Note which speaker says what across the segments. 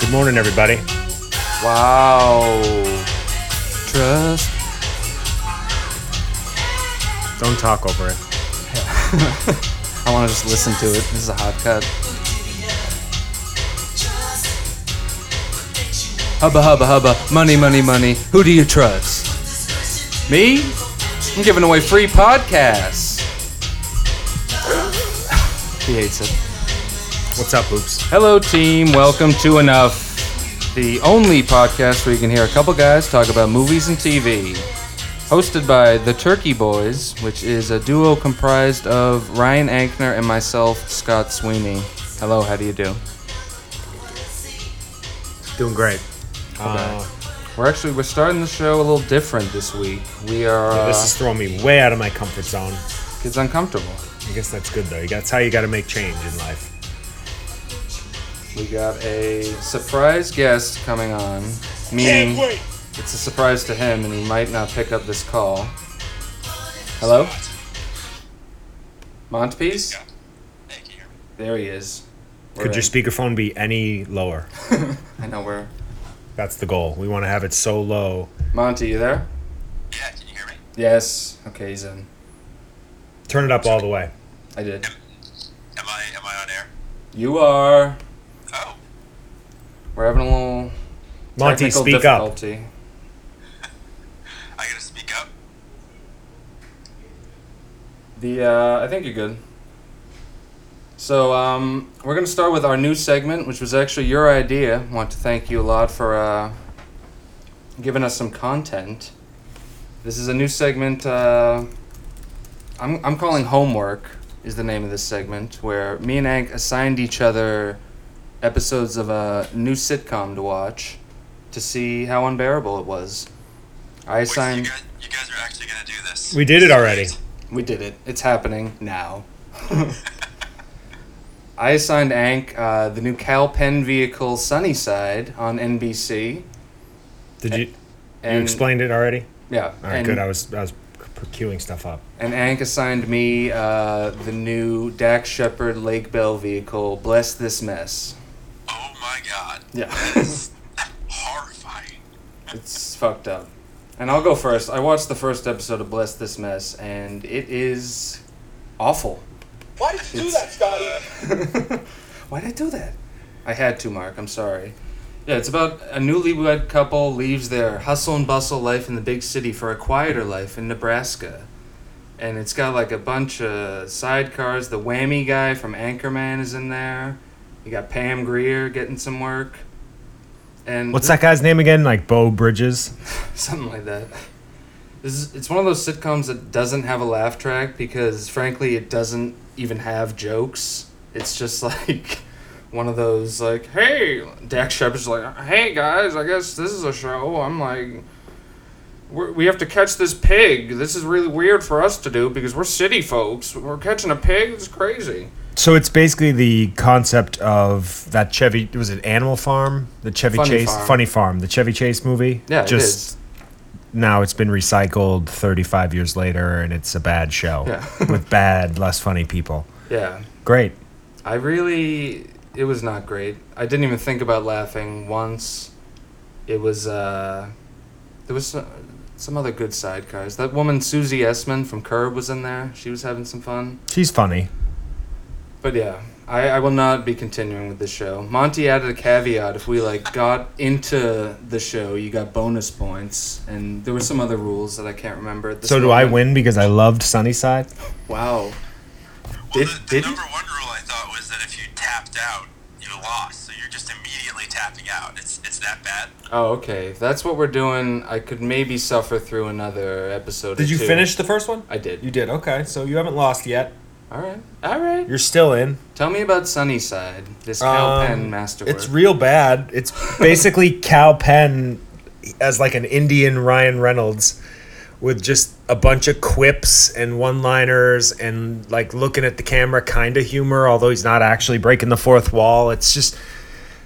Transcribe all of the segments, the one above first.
Speaker 1: Good morning, everybody.
Speaker 2: Wow. Trust.
Speaker 1: Don't talk over it.
Speaker 2: I want to just listen to it. This is a hot cut. Hubba hubba hubba. Money, money, money. Who do you trust? Me? I'm giving away free podcasts. he hates it.
Speaker 1: What's up, oops?
Speaker 2: Hello, team. Welcome to Enough, the only podcast where you can hear a couple guys talk about movies and TV. Hosted by the Turkey Boys, which is a duo comprised of Ryan Ankner and myself, Scott Sweeney. Hello, how do you do?
Speaker 1: Doing great. Uh,
Speaker 2: We're actually we're starting the show a little different this week. We are
Speaker 1: Uh,
Speaker 2: uh,
Speaker 1: this is throwing me way out of my comfort zone.
Speaker 2: it's uncomfortable.
Speaker 1: I guess that's good though. You got, that's how you got to make change in life.
Speaker 2: We got a surprise guest coming on,
Speaker 1: Mm.
Speaker 2: meaning it's a surprise to him, and he might not pick up this call. Hello, Montpiece. There he is. We're
Speaker 1: Could your
Speaker 2: in.
Speaker 1: speakerphone be any lower?
Speaker 2: I know where.
Speaker 1: That's the goal. We want to have it so low.
Speaker 2: Monty, you there?
Speaker 3: Yeah, can you hear me?
Speaker 2: Yes. Okay, he's in.
Speaker 1: Turn it up all the way.
Speaker 2: I did.
Speaker 3: Am I am I on air?
Speaker 2: You are.
Speaker 3: Oh,
Speaker 2: We're having a little
Speaker 1: Monty,
Speaker 2: technical
Speaker 1: speak up.
Speaker 2: difficulty.
Speaker 3: I gotta speak up.
Speaker 2: The uh, I think you're good. So um, we're gonna start with our new segment, which was actually your idea. want to thank you a lot for uh, giving us some content. This is a new segment. Uh, I'm I'm calling homework is the name of this segment, where me and Hank assigned each other episodes of a new sitcom to watch, to see how unbearable it was. I
Speaker 3: Wait, so you
Speaker 2: assigned.
Speaker 3: guys, you guys are actually gonna do this.
Speaker 1: We did it already.
Speaker 2: We did it. It's happening now. I assigned Ank uh, the new Cal Penn vehicle Sunnyside on NBC.
Speaker 1: Did you? You
Speaker 2: And,
Speaker 1: explained it already.
Speaker 2: Yeah.
Speaker 1: All right,
Speaker 2: and,
Speaker 1: good. I was I was queuing stuff up.
Speaker 2: and Ank assigned me uh, the new Dax Shepard Lake Bell vehicle. Bless this mess.
Speaker 3: Oh my god,
Speaker 2: Yeah.
Speaker 3: horrifying.
Speaker 2: it's fucked up. And I'll go first. I watched the first episode of Bless This Mess, and it is awful.
Speaker 4: Why did you do that, Scotty?
Speaker 2: Why did I do that? I had to, Mark. I'm sorry. Yeah, it's about a newlywed couple leaves their hustle and bustle life in the big city for a quieter life in Nebraska. And it's got like a bunch of sidecars. The whammy guy from Anchorman is in there. You got Pam Greer getting some work. And
Speaker 1: What's that guy's name again? Like Bo Bridges.
Speaker 2: something like that. This is, it's one of those sitcoms that doesn't have a laugh track because, frankly, it doesn't even have jokes. It's just like one of those, like, hey, Dax Shepard's like, hey guys, I guess this is a show. I'm like, we're, we have to catch this pig. This is really weird for us to do because we're city folks. We're catching a pig. It's crazy.
Speaker 1: So it's basically the concept of that Chevy. Was it Animal Farm? The Chevy
Speaker 2: Funny
Speaker 1: Chase,
Speaker 2: Farm.
Speaker 1: Funny Farm, the Chevy Chase movie.
Speaker 2: Yeah, it
Speaker 1: just
Speaker 2: is.
Speaker 1: now it's been recycled 35 years later, and it's a bad show
Speaker 2: Yeah.
Speaker 1: with bad, less funny people.
Speaker 2: Yeah.
Speaker 1: Great.
Speaker 2: I really it was not great. I didn't even think about laughing once. It was uh there was some, some other good sidecars. That woman Susie Essman from Curb was in there. She was having some fun.
Speaker 1: She's funny.
Speaker 2: But yeah, I, I will not be continuing with the show. Monty added a caveat if we like got into the show, you got bonus points and there were some other rules that I can't remember at this
Speaker 1: so do I
Speaker 2: moment.
Speaker 1: win because I loved Sunnyside?
Speaker 2: Wow.
Speaker 3: Well,
Speaker 2: Did
Speaker 3: the, the
Speaker 2: did
Speaker 3: number one rule I thought was that if you tapped out, you lost. So you're just immediately tapping out. It's it's that bad.
Speaker 2: Oh, okay. If that's what we're doing, I could maybe suffer through another episode. or two.
Speaker 1: the first one?
Speaker 2: I did.
Speaker 1: did. Okay. So you haven't lost yet.
Speaker 2: All right. All right.
Speaker 1: You're still in.
Speaker 2: Tell me about Sunnyside, this Cal
Speaker 1: Um,
Speaker 2: Penn masterwork.
Speaker 1: It's real bad. It's basically Cal Penn as like an Indian Ryan Reynolds with just a bunch of quips and one-liners and like looking at the camera kind of humor, although he's not actually breaking the fourth wall. It's just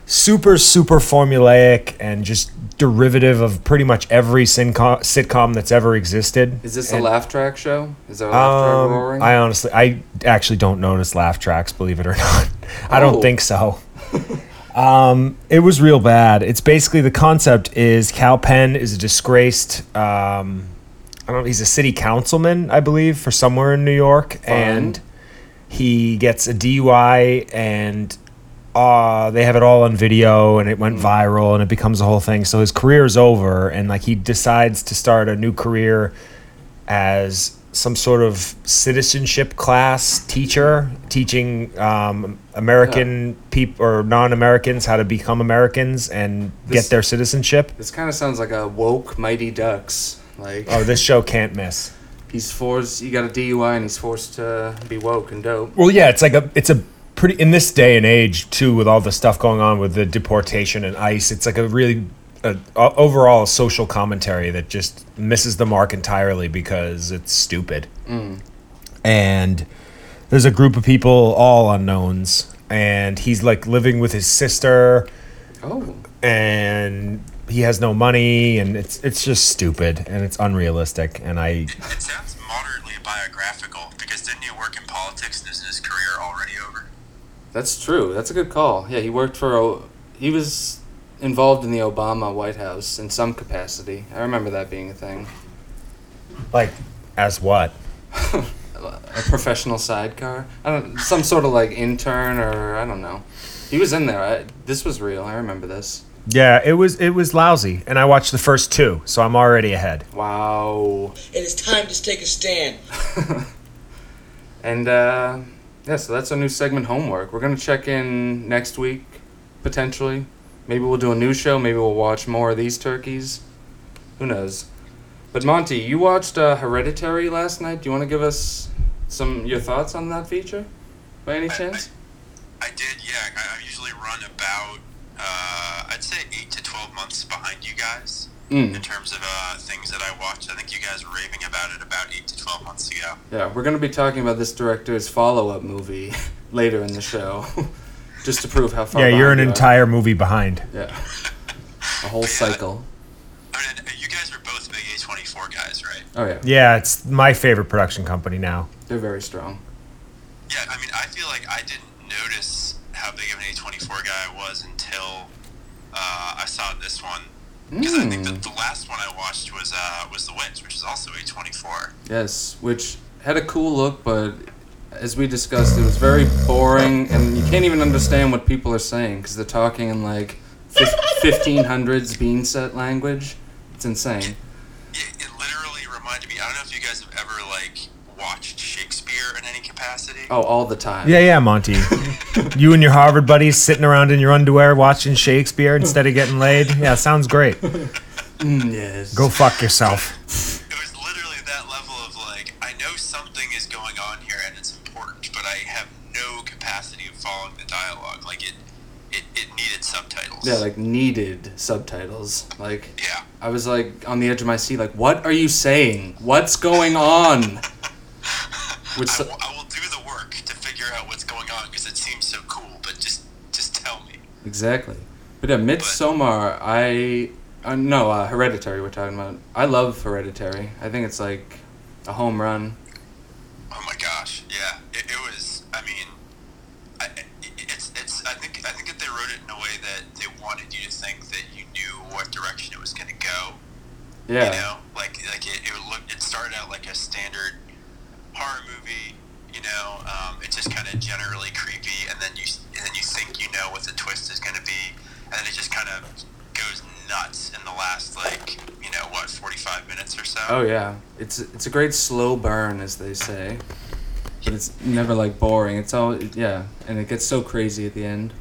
Speaker 1: super super formulaic and just derivative of pretty much every sinco- sitcom that's ever existed.
Speaker 2: Is this
Speaker 1: And-
Speaker 2: a laugh track show? Is there a laugh track
Speaker 1: um,
Speaker 2: roaring?
Speaker 1: I honestly, I actually don't notice laugh tracks, believe it or not. I don't
Speaker 2: Oh.
Speaker 1: think so. Um, it was real bad. It's basically the concept is Cal Penn is a disgraced. Um, I don't. He's a city councilman, I believe, for somewhere in New York, and he gets a DUI, and uh, they have it all on video, and it went viral, and it becomes a whole thing. So his career is over, and like he decides to start a new career as some sort of citizenship class teacher teaching um, American people or non-Americans how to become Americans and
Speaker 2: This-
Speaker 1: get their citizenship.
Speaker 2: This kind of sounds like a woke Mighty Ducks. Like
Speaker 1: Oh, this show can't miss.
Speaker 2: he's forced. He got a DUI and he's forced to be woke and dope.
Speaker 1: Well, yeah, it's like a it's a pretty in this day and age too with all the stuff going on with the deportation and ICE. It's like a really a, o- overall social commentary that just misses the mark entirely because it's stupid. Mm. And there's a group of people all unknowns and he's like living with his sister
Speaker 2: Oh,
Speaker 1: and he has no money and it's it's just stupid and it's unrealistic and I
Speaker 3: It sounds moderately biographical because didn't you work in politics and isn't his career already over?
Speaker 2: that's true. That's a good call. Yeah, he worked for. O- He was involved in the Obama White House in some capacity. I remember that being a thing.
Speaker 1: like as what?
Speaker 2: A professional sidecar. I don't. Some sort of like intern or I don't know. He was in there. I, this was real. I remember this.
Speaker 1: Yeah, it was it was lousy, and I watched the first two, so I'm already ahead.
Speaker 2: Wow.
Speaker 5: It is time to take a stand.
Speaker 2: And uh, yeah, so that's our new segment homework. We're gonna check in next week, potentially. Maybe we'll do a new show. Maybe we'll watch more of these turkeys. Who knows? But Monty, you watched uh, Hereditary last night. Do you want to give us some your thoughts on that feature, by any chance?
Speaker 3: I did, yeah. I, I usually run about, uh, I'd say 8 to 12 months behind you guys in
Speaker 2: Mm.
Speaker 3: terms of uh, things that I watched. I think you guys were raving about it about 8 to 12 months ago.
Speaker 2: Yeah, we're gonna be talking about this director's follow-up movie later in the show, just to prove how far.
Speaker 1: yeah, you're an
Speaker 2: behind you are.
Speaker 1: entire movie behind.
Speaker 2: yeah, a whole cycle.
Speaker 3: I mean, uh, you guys are both big A24 guys, right?
Speaker 2: Oh yeah,
Speaker 1: Yeah, it's my favorite production company now.
Speaker 2: they're very strong.
Speaker 3: Yeah, I mean, I feel like I didn't notice how big of an A24 guy I was until uh, I saw this one. Because I think that the last one I watched was uh, was The Witch, which is also A24.
Speaker 2: Yes, which had a cool look, but as we discussed, it was very boring, and you can't even understand what people are saying because they're talking in like fifteen hundreds bean set language. It's insane.
Speaker 3: It, it literally reminded me. I don't know if you guys have ever like watched Shakespeare in any capacity.
Speaker 2: Oh, all the time.
Speaker 1: Yeah, yeah, Monty. you and your Harvard buddies sitting around in your underwear watching Shakespeare instead of getting laid. Yeah, sounds great.
Speaker 2: Mm, yes.
Speaker 1: Go fuck yourself.
Speaker 3: It was literally that level of like, I know something is going on here and it's important, but I have no capacity of following the dialogue. Like it, it, it needed subtitles.
Speaker 2: Yeah, like needed subtitles. Like
Speaker 3: yeah.
Speaker 2: I was like on the edge of my seat. Like, what are you saying? What's going on? Which
Speaker 3: I
Speaker 2: su-
Speaker 3: will, I will do the work to figure out what's going on because it seems so cool. But just, just tell me.
Speaker 2: Exactly. But yeah, Midsommar, I uh, no uh, Hereditary. We're talking about. I love Hereditary. I think it's like a home run.
Speaker 3: Oh my gosh, yeah, it, it was. I mean, I, it- it's it's. I think I think that they wrote it in a way that they wanted you to think that you knew what direction it was going to go.
Speaker 2: Yeah,
Speaker 3: You know, like like it it, looked, it started out like a standard horror movie. You know, um, it's just kind of generally creepy, and then you s- and then you think you know what the twist is going to be, and then it just kind of goes nuts in the last like you know what forty five minutes or so.
Speaker 2: Oh yeah, it's it's a great slow burn, as they say. But it's never like boring. It's all yeah, and it gets so crazy at the end.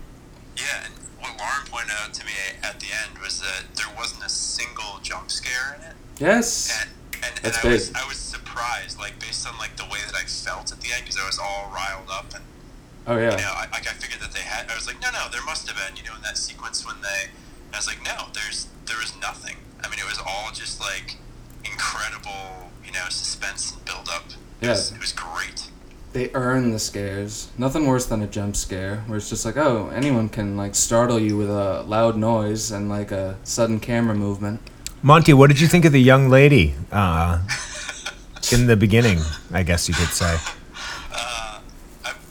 Speaker 3: Yeah, and what Lauren pointed out to me at the end was that there wasn't a single jump scare in it,
Speaker 2: Yes.
Speaker 3: and and, and
Speaker 2: That's
Speaker 3: I was
Speaker 2: big.
Speaker 3: I was surprised, like based on like the way that I felt at the end, because I was all riled up, and
Speaker 2: Oh
Speaker 3: you
Speaker 2: yeah.
Speaker 3: know, I, like I figured that they had. I was like, no, no, there must have been, you know, in that sequence when they. I was like, no, there's there was nothing. I mean, it was all just like incredible, you know, suspense and build up. It
Speaker 2: Yeah.
Speaker 3: was, it was great.
Speaker 2: They earn the scares. Nothing worse than a jump scare, where it's just like, oh, anyone can like startle you with a loud noise and like a sudden camera movement.
Speaker 1: Monty, what did you think of the young lady uh, in the beginning? I guess you could say.
Speaker 3: I,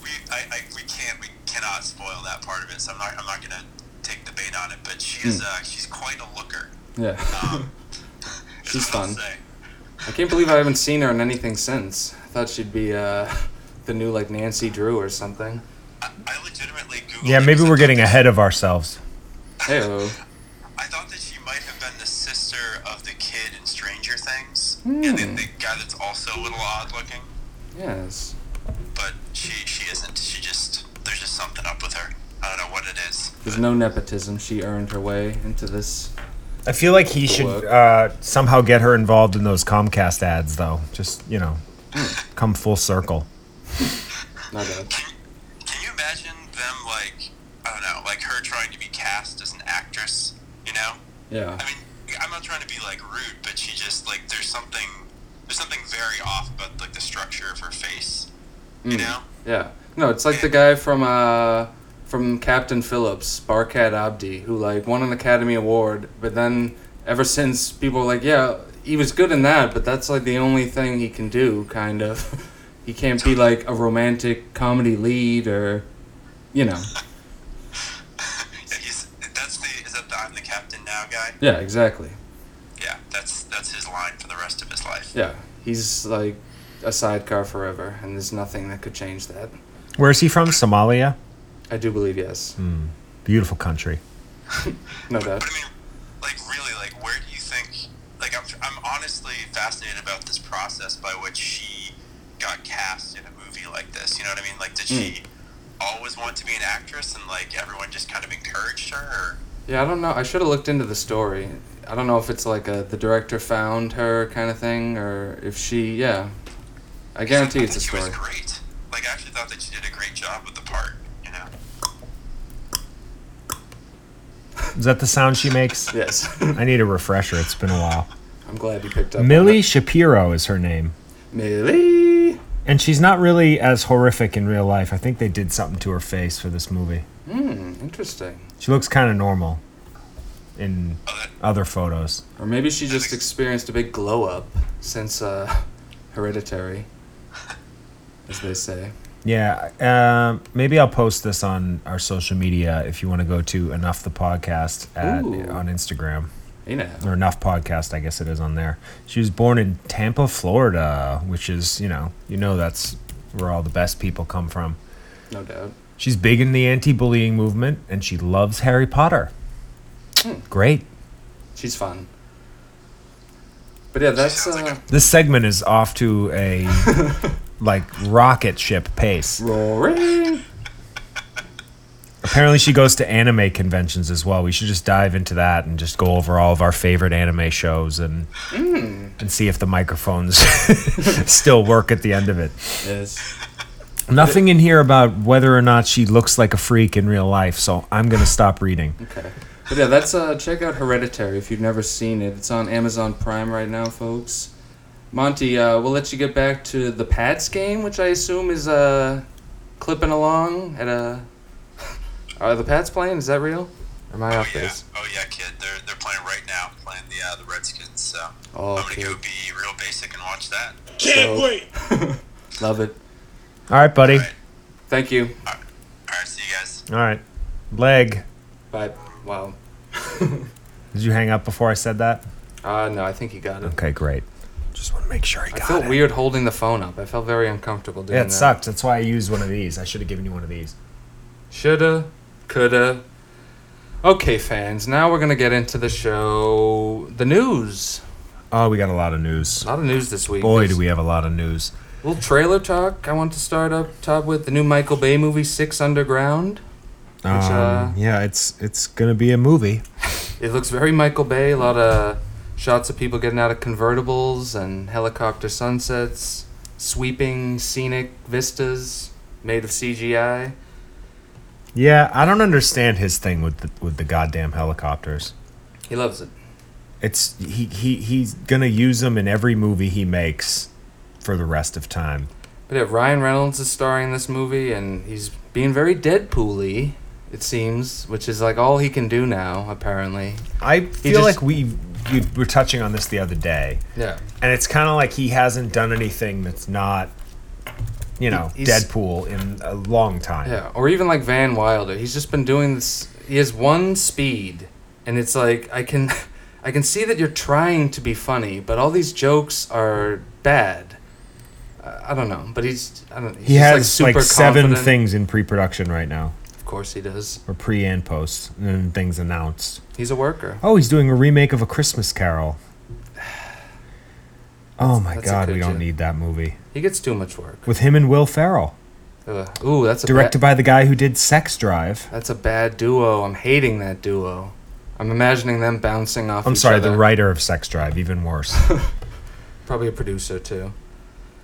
Speaker 3: we, I, I, we can't, we cannot spoil that part of it. So I'm not, I'm not gonna
Speaker 2: Hmm.
Speaker 3: is uh, she's quite a looker.
Speaker 2: Yeah.
Speaker 3: is
Speaker 2: She's
Speaker 3: what I'll
Speaker 2: fun.
Speaker 3: say.
Speaker 2: I can't believe I haven't seen her in anything since. I thought she'd be uh, the new like Nancy Drew or something.
Speaker 3: I, I legitimately Googled
Speaker 1: Yeah,
Speaker 3: her
Speaker 1: maybe
Speaker 3: 'cause I
Speaker 1: we're
Speaker 3: thought
Speaker 1: getting
Speaker 3: that-
Speaker 1: ahead of ourselves.
Speaker 2: Hey.
Speaker 3: I thought that she might have been the sister of the kid in Stranger Things, and the,
Speaker 2: Hmm.
Speaker 3: the guy that's also a little odd looking.
Speaker 2: Yes.
Speaker 3: But she she isn't. She just there's just something up with her. I don't know what it is.
Speaker 2: There's no nepotism. She earned her way into this.
Speaker 1: I feel like he should
Speaker 2: work.
Speaker 1: uh, somehow get her involved in those Comcast ads, though. Just you know, come full circle.
Speaker 2: Not bad.
Speaker 3: Can, can you imagine them like I don't know, like her trying to be cast as an actress? You know,
Speaker 2: Yeah.
Speaker 3: I mean, I'm not trying to be like rude, but she just like there's something there's something very off about like the structure of her face. You know,
Speaker 2: Yeah. No, it's like the guy from uh from Captain Phillips, Barkat Abdi, who like won an Academy Award, but then ever since people were like, yeah, he was good in that, but that's like the only thing he can do, kind of. he can't be like a romantic comedy lead or, you know.
Speaker 3: yeah, he's that's the is that the I'm the captain now guy?
Speaker 2: Yeah, exactly.
Speaker 3: Yeah, that's that's his line for the rest of his life.
Speaker 2: Yeah, he's like a sidecar forever, and there's nothing that could change that.
Speaker 1: Where is he from? Somalia.
Speaker 2: I do believe yes,
Speaker 1: Beautiful country.
Speaker 2: no
Speaker 3: But,
Speaker 2: doubt.
Speaker 3: but I mean, like really, like where do you think? Like I'm I'm honestly fascinated about this process by which she got cast in a movie like this. You know what I mean? Like did she
Speaker 2: Hmm.
Speaker 3: always want to be an actress and like everyone just kind of encouraged her? Or,
Speaker 2: Yeah, I don't know. I should have looked into the story. I don't know if it's like a the director found her kind of thing, or if she. Yeah, I guarantee it's a
Speaker 3: She was
Speaker 2: story.
Speaker 3: great. Like I actually thought that she did a great job with the part. You know.
Speaker 1: Is that the sound she makes?
Speaker 2: Yes,
Speaker 1: I need a refresher. It's been a while.
Speaker 2: I'm glad you picked up. on
Speaker 1: Millie
Speaker 2: that.
Speaker 1: Shapiro is her name.
Speaker 2: Millie.
Speaker 1: And she's not really as horrific in real life. I think they did something to her face for this movie.
Speaker 2: Hmm. Interesting.
Speaker 1: She looks kind of normal in
Speaker 3: Oh, that,
Speaker 1: other photos.
Speaker 2: Or maybe she just experienced a big glow up since uh, Hereditary, as they say.
Speaker 1: Yeah, uh, maybe I'll post this on our social media if you want to go to Enough the Podcast at,
Speaker 2: Ooh.
Speaker 1: on Instagram.
Speaker 2: You know.
Speaker 1: Or Enough Podcast, I guess it is on there. She was born in Tampa, Florida, which is, you know, you know that's where all the best people come from.
Speaker 2: No doubt.
Speaker 1: She's big in the anti-bullying movement, and she loves Harry Potter. Great.
Speaker 2: She's fun. But yeah, that's
Speaker 3: sounds like
Speaker 2: uh,
Speaker 1: This segment is off to a like rocket ship pace.
Speaker 2: roaring.
Speaker 1: Apparently, she goes to anime conventions as well. We should just dive into that and just go over all of our favorite anime shows and and see if the microphones still work at the end of it.
Speaker 2: Yes.
Speaker 1: Nothing in here about whether or not she looks like a freak in real life, so I'm gonna stop reading.
Speaker 2: Okay. But yeah, that's uh, check out Hereditary if you've never seen it. It's on Amazon Prime right now, folks. Monty, uh, we'll let you get back to the Pats game, which I assume is uh, clipping along at a. Are the Pats playing? Is that real? Or Am I
Speaker 3: oh
Speaker 2: off
Speaker 3: yeah.
Speaker 2: base?
Speaker 3: Oh yeah, kid. They're they're playing right now, playing the uh, the Redskins. So
Speaker 2: Oh,
Speaker 3: I'm gonna
Speaker 2: kid.
Speaker 3: go be real basic and watch that.
Speaker 6: Can't
Speaker 2: So-
Speaker 6: wait.
Speaker 2: Love it.
Speaker 1: All right, buddy.
Speaker 3: All right.
Speaker 2: Thank you.
Speaker 3: All right. See you guys.
Speaker 1: All right. Leg.
Speaker 2: Bye. Wow.
Speaker 1: Did you hang up before I said that?
Speaker 2: Uh, no, I think he got it.
Speaker 1: Okay, great. Just want to make sure he
Speaker 2: I
Speaker 1: got
Speaker 2: felt
Speaker 1: it.
Speaker 2: weird holding the phone up. I felt very uncomfortable doing
Speaker 1: Yeah,
Speaker 2: that.
Speaker 1: it sucked. That's why I used one of these. I should have given you one of these.
Speaker 2: Shoulda, coulda. Okay, fans, now we're going to get into the show. The news.
Speaker 1: Oh, we got a lot of
Speaker 2: A
Speaker 1: news.
Speaker 2: lot of news this week.
Speaker 1: Boy, do we have a lot of news.
Speaker 2: Little trailer talk I want to start up top with the new Michael Bay movie, Six Underground.
Speaker 1: Um,
Speaker 2: uh,
Speaker 1: yeah, it's it's gonna be a movie.
Speaker 2: It looks very Michael Bay, a lot of shots of people getting out of convertibles and helicopter sunsets, sweeping scenic vistas made of CGI.
Speaker 1: Yeah, I don't understand his thing with the, with the goddamn helicopters.
Speaker 2: He loves it.
Speaker 1: It's he, he he's gonna use them in every movie he makes for the rest of time.
Speaker 2: But yeah, Ryan Reynolds is starring in this movie, and he's being very Deadpool-y, it seems, which is like all he can do now, apparently.
Speaker 1: I feel
Speaker 2: just-
Speaker 1: like we we were touching on this the other day,
Speaker 2: Yeah.
Speaker 1: and it's kind of like he hasn't done anything that's not, you know,
Speaker 2: he's-
Speaker 1: Deadpool in a long time.
Speaker 2: Yeah, or even like Van Wilder. He's just been doing this. He has one speed, and it's like I can, I can see that you're trying to be funny, but all these jokes are bad. I, I don't know, but he's I don't. He's
Speaker 1: He
Speaker 2: just,
Speaker 1: has like,
Speaker 2: super
Speaker 1: seven
Speaker 2: confident.
Speaker 1: things in pre-production right now,
Speaker 2: Of course he does.
Speaker 1: or pre and post, and then things announced.
Speaker 2: He's a worker.
Speaker 1: Oh, he's doing a remake of A Christmas Carol. Oh my
Speaker 2: That's a
Speaker 1: God, we
Speaker 2: good
Speaker 1: don't
Speaker 2: joke.
Speaker 1: need that movie
Speaker 2: He gets too much work.
Speaker 1: with him and Will Ferrell,
Speaker 2: Ugh. Ooh, that's a ba-
Speaker 1: directed by the guy who did Sex Drive.
Speaker 2: That's a bad duo. I'm hating that duo. I'm imagining them bouncing off.
Speaker 1: I'm
Speaker 2: each
Speaker 1: sorry,
Speaker 2: other.
Speaker 1: the writer of Sex Drive, even worse.
Speaker 2: Probably a producer too.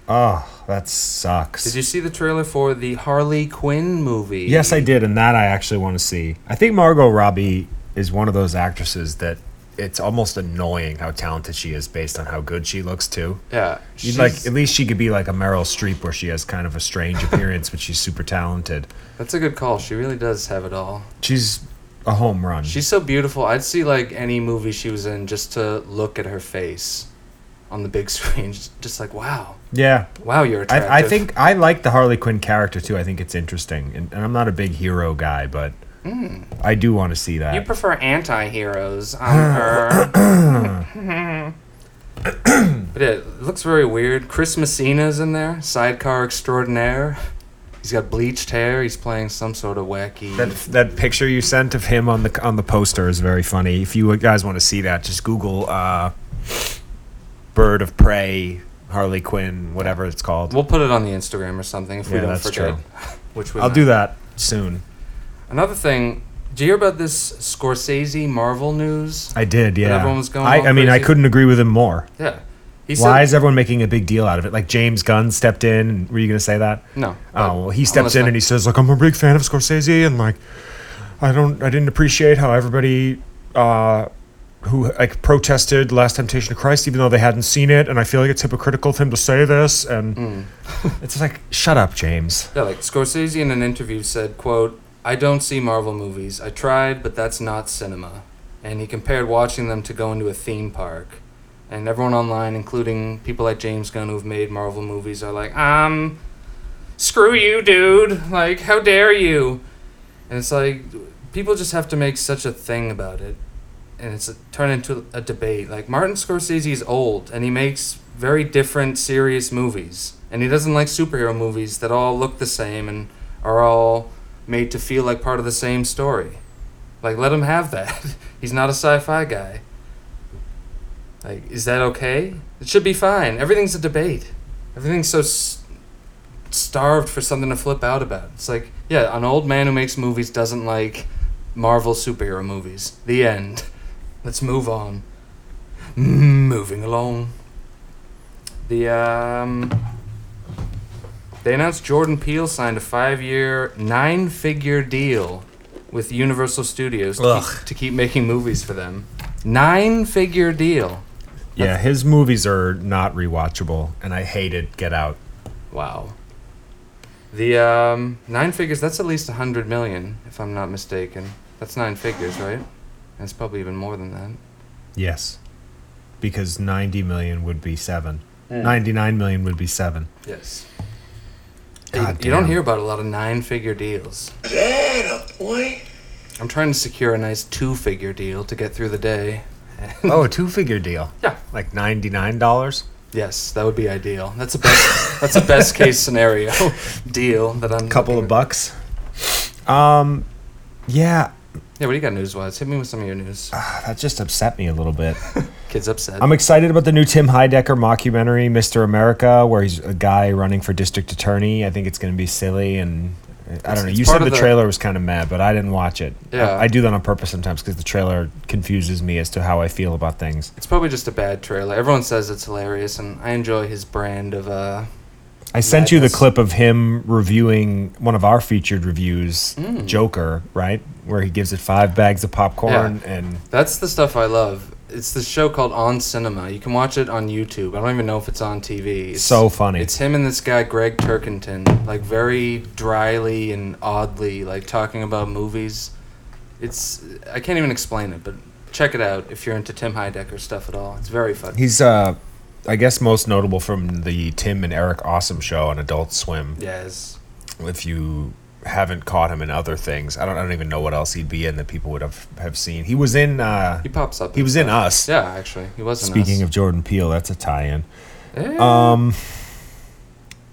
Speaker 1: oh, that
Speaker 2: Did
Speaker 1: sucks.
Speaker 2: you see the trailer for the Harley Quinn movie?
Speaker 1: Yes, I did, and that I actually want to see. I think Margot Robbie is one of those actresses that it's almost annoying how talented she is based on how good she looks too.
Speaker 2: Yeah.
Speaker 1: You'd
Speaker 2: she's-
Speaker 1: like at least she could be like a Meryl Streep where she has kind of a strange appearance, but she's super talented.
Speaker 2: That's a good call. She really does have it all.
Speaker 1: She's a home run.
Speaker 2: She's so beautiful. I'd see like any movie she was in just to look at her face on the big screen. Just, just like wow,
Speaker 1: yeah,
Speaker 2: wow, you're attractive.
Speaker 1: I, I think I like the Harley Quinn character too. I think it's interesting, and, and I'm not a big hero guy, but I do want to see that.
Speaker 2: Hmm. you prefer anti-heroes on her.
Speaker 1: Hmm.
Speaker 2: but it looks very weird. Chris Messina's in there, sidecar extraordinaire. He's got bleached hair. He's playing some sort of wacky.
Speaker 1: that that picture you sent of him on the on the poster is very funny. If you guys want to see that, just Google uh, "bird of prey" Harley Quinn, whatever it's called.
Speaker 2: We'll put it on the Instagram or something if we
Speaker 1: Yeah,
Speaker 2: don't
Speaker 1: that's true.
Speaker 2: forget. Which we
Speaker 1: I'll
Speaker 2: might.
Speaker 1: do that soon.
Speaker 2: Another thing. Do you hear about this Scorsese Marvel news?
Speaker 1: I did, yeah.
Speaker 2: everyone was going
Speaker 1: I,
Speaker 2: all
Speaker 1: I mean, I
Speaker 2: crazy.
Speaker 1: couldn't agree with him more.
Speaker 2: Yeah. He
Speaker 1: Why
Speaker 2: said-
Speaker 1: is everyone making a big deal out of it? Like James Gunn stepped in. and- Were you going to say that?
Speaker 2: No.
Speaker 1: Oh, well, he
Speaker 2: Unless
Speaker 1: steps in
Speaker 2: I-
Speaker 1: and he says like I'm a big fan of Scorsese and like I don't I didn't appreciate how everybody uh who like protested Last Temptation of Christ even though they hadn't seen it and I feel like it's hypocritical of him to say this and it's like shut up James.
Speaker 2: Yeah, like Scorsese in an interview said, quote, I don't see Marvel movies. I tried, but that's not cinema. And he compared watching them to going to a theme park. And everyone online, including people like James Gunn who've made Marvel movies, are like, um, screw you, dude. Like, how dare you? And it's like, people just have to make such a thing about it. And it's turned into a debate. Like, Martin Scorsese is old, and he makes very different, serious movies. And he doesn't like superhero movies that all look the same and are all made to feel like part of the same story. Like, let him have that. He's not a sci fi guy. Like, is that okay? It should be fine. Everything's a debate. Everything's so s- starved for something to flip out about. It's like, yeah, an old man who makes movies doesn't like Marvel superhero movies. The end. Let's move on. Mm, Moving along. The um they announced Jordan Peele signed a 5-year, 9-figure deal with Universal Studios to
Speaker 1: Ugh.
Speaker 2: keep, to keep making movies for them. 9-figure deal.
Speaker 1: Yeah, his movies are not rewatchable and I hated Get Out.
Speaker 2: Wow. The um, nine figures, that's at least 100 million, if I'm not mistaken. That's nine figures, right? That's probably even more than that.
Speaker 1: Yes. Because 90 million would be 7. 99 million would be 7.
Speaker 2: Yes.
Speaker 1: God
Speaker 2: you don't
Speaker 1: damn.
Speaker 2: hear about a lot of nine figure deals.
Speaker 5: Yeah, boy.
Speaker 2: I'm trying to secure a nice two figure deal to get through the day.
Speaker 1: Oh, a two-figure deal.
Speaker 2: Yeah.
Speaker 1: Like $99.
Speaker 2: Yes, that would be ideal. That's a best that's a best case scenario deal that I'm
Speaker 1: couple of
Speaker 2: looking at.
Speaker 1: bucks. Um, yeah,
Speaker 2: Yeah, what do you got news wise? Hit me with some of your news.
Speaker 1: that just upset me a little bit.
Speaker 2: Kids upset.
Speaker 1: Ah. I'm excited about the new Tim Heidecker mockumentary, Mr. America, where he's a guy running for district attorney. I think it's going to be silly and. I don't know.
Speaker 2: it's
Speaker 1: You
Speaker 2: part
Speaker 1: said
Speaker 2: of
Speaker 1: the
Speaker 2: the-
Speaker 1: trailer was kind of mad, but I didn't watch it. I-
Speaker 2: Yeah.
Speaker 1: I, do that on purpose sometimes because the trailer confuses me as to how I feel about things.
Speaker 2: it's probably just a bad trailer. Everyone says it's hilarious and I enjoy his brand of uh
Speaker 1: I sent you the
Speaker 2: Madness.
Speaker 1: clip of him reviewing one of our featured reviews,
Speaker 2: Mm.
Speaker 1: Joker, right? Where he gives it five bags of popcorn and
Speaker 2: That's the stuff I love. It's this show called On Cinema. You can watch it on YouTube. I don't even know if it's on TV. It's,
Speaker 1: So funny.
Speaker 2: It's him and this guy Greg Turkington, like very dryly and oddly, like talking about movies. It's I can't even explain it, but check it out if you're into Tim Heidecker stuff at all. It's very fun.
Speaker 1: He's, uh, I guess, most notable from the Tim and Eric Awesome show on Adult Swim.
Speaker 2: yes.
Speaker 1: If you haven't caught him in other things. I don't I don't even know what else he'd be in that people would have have seen. He was in uh
Speaker 2: He pops up.
Speaker 1: he was in Us.
Speaker 2: Yeah, actually, he wasn't.
Speaker 1: Speaking of Jordan Peele, that's a tie-in. Um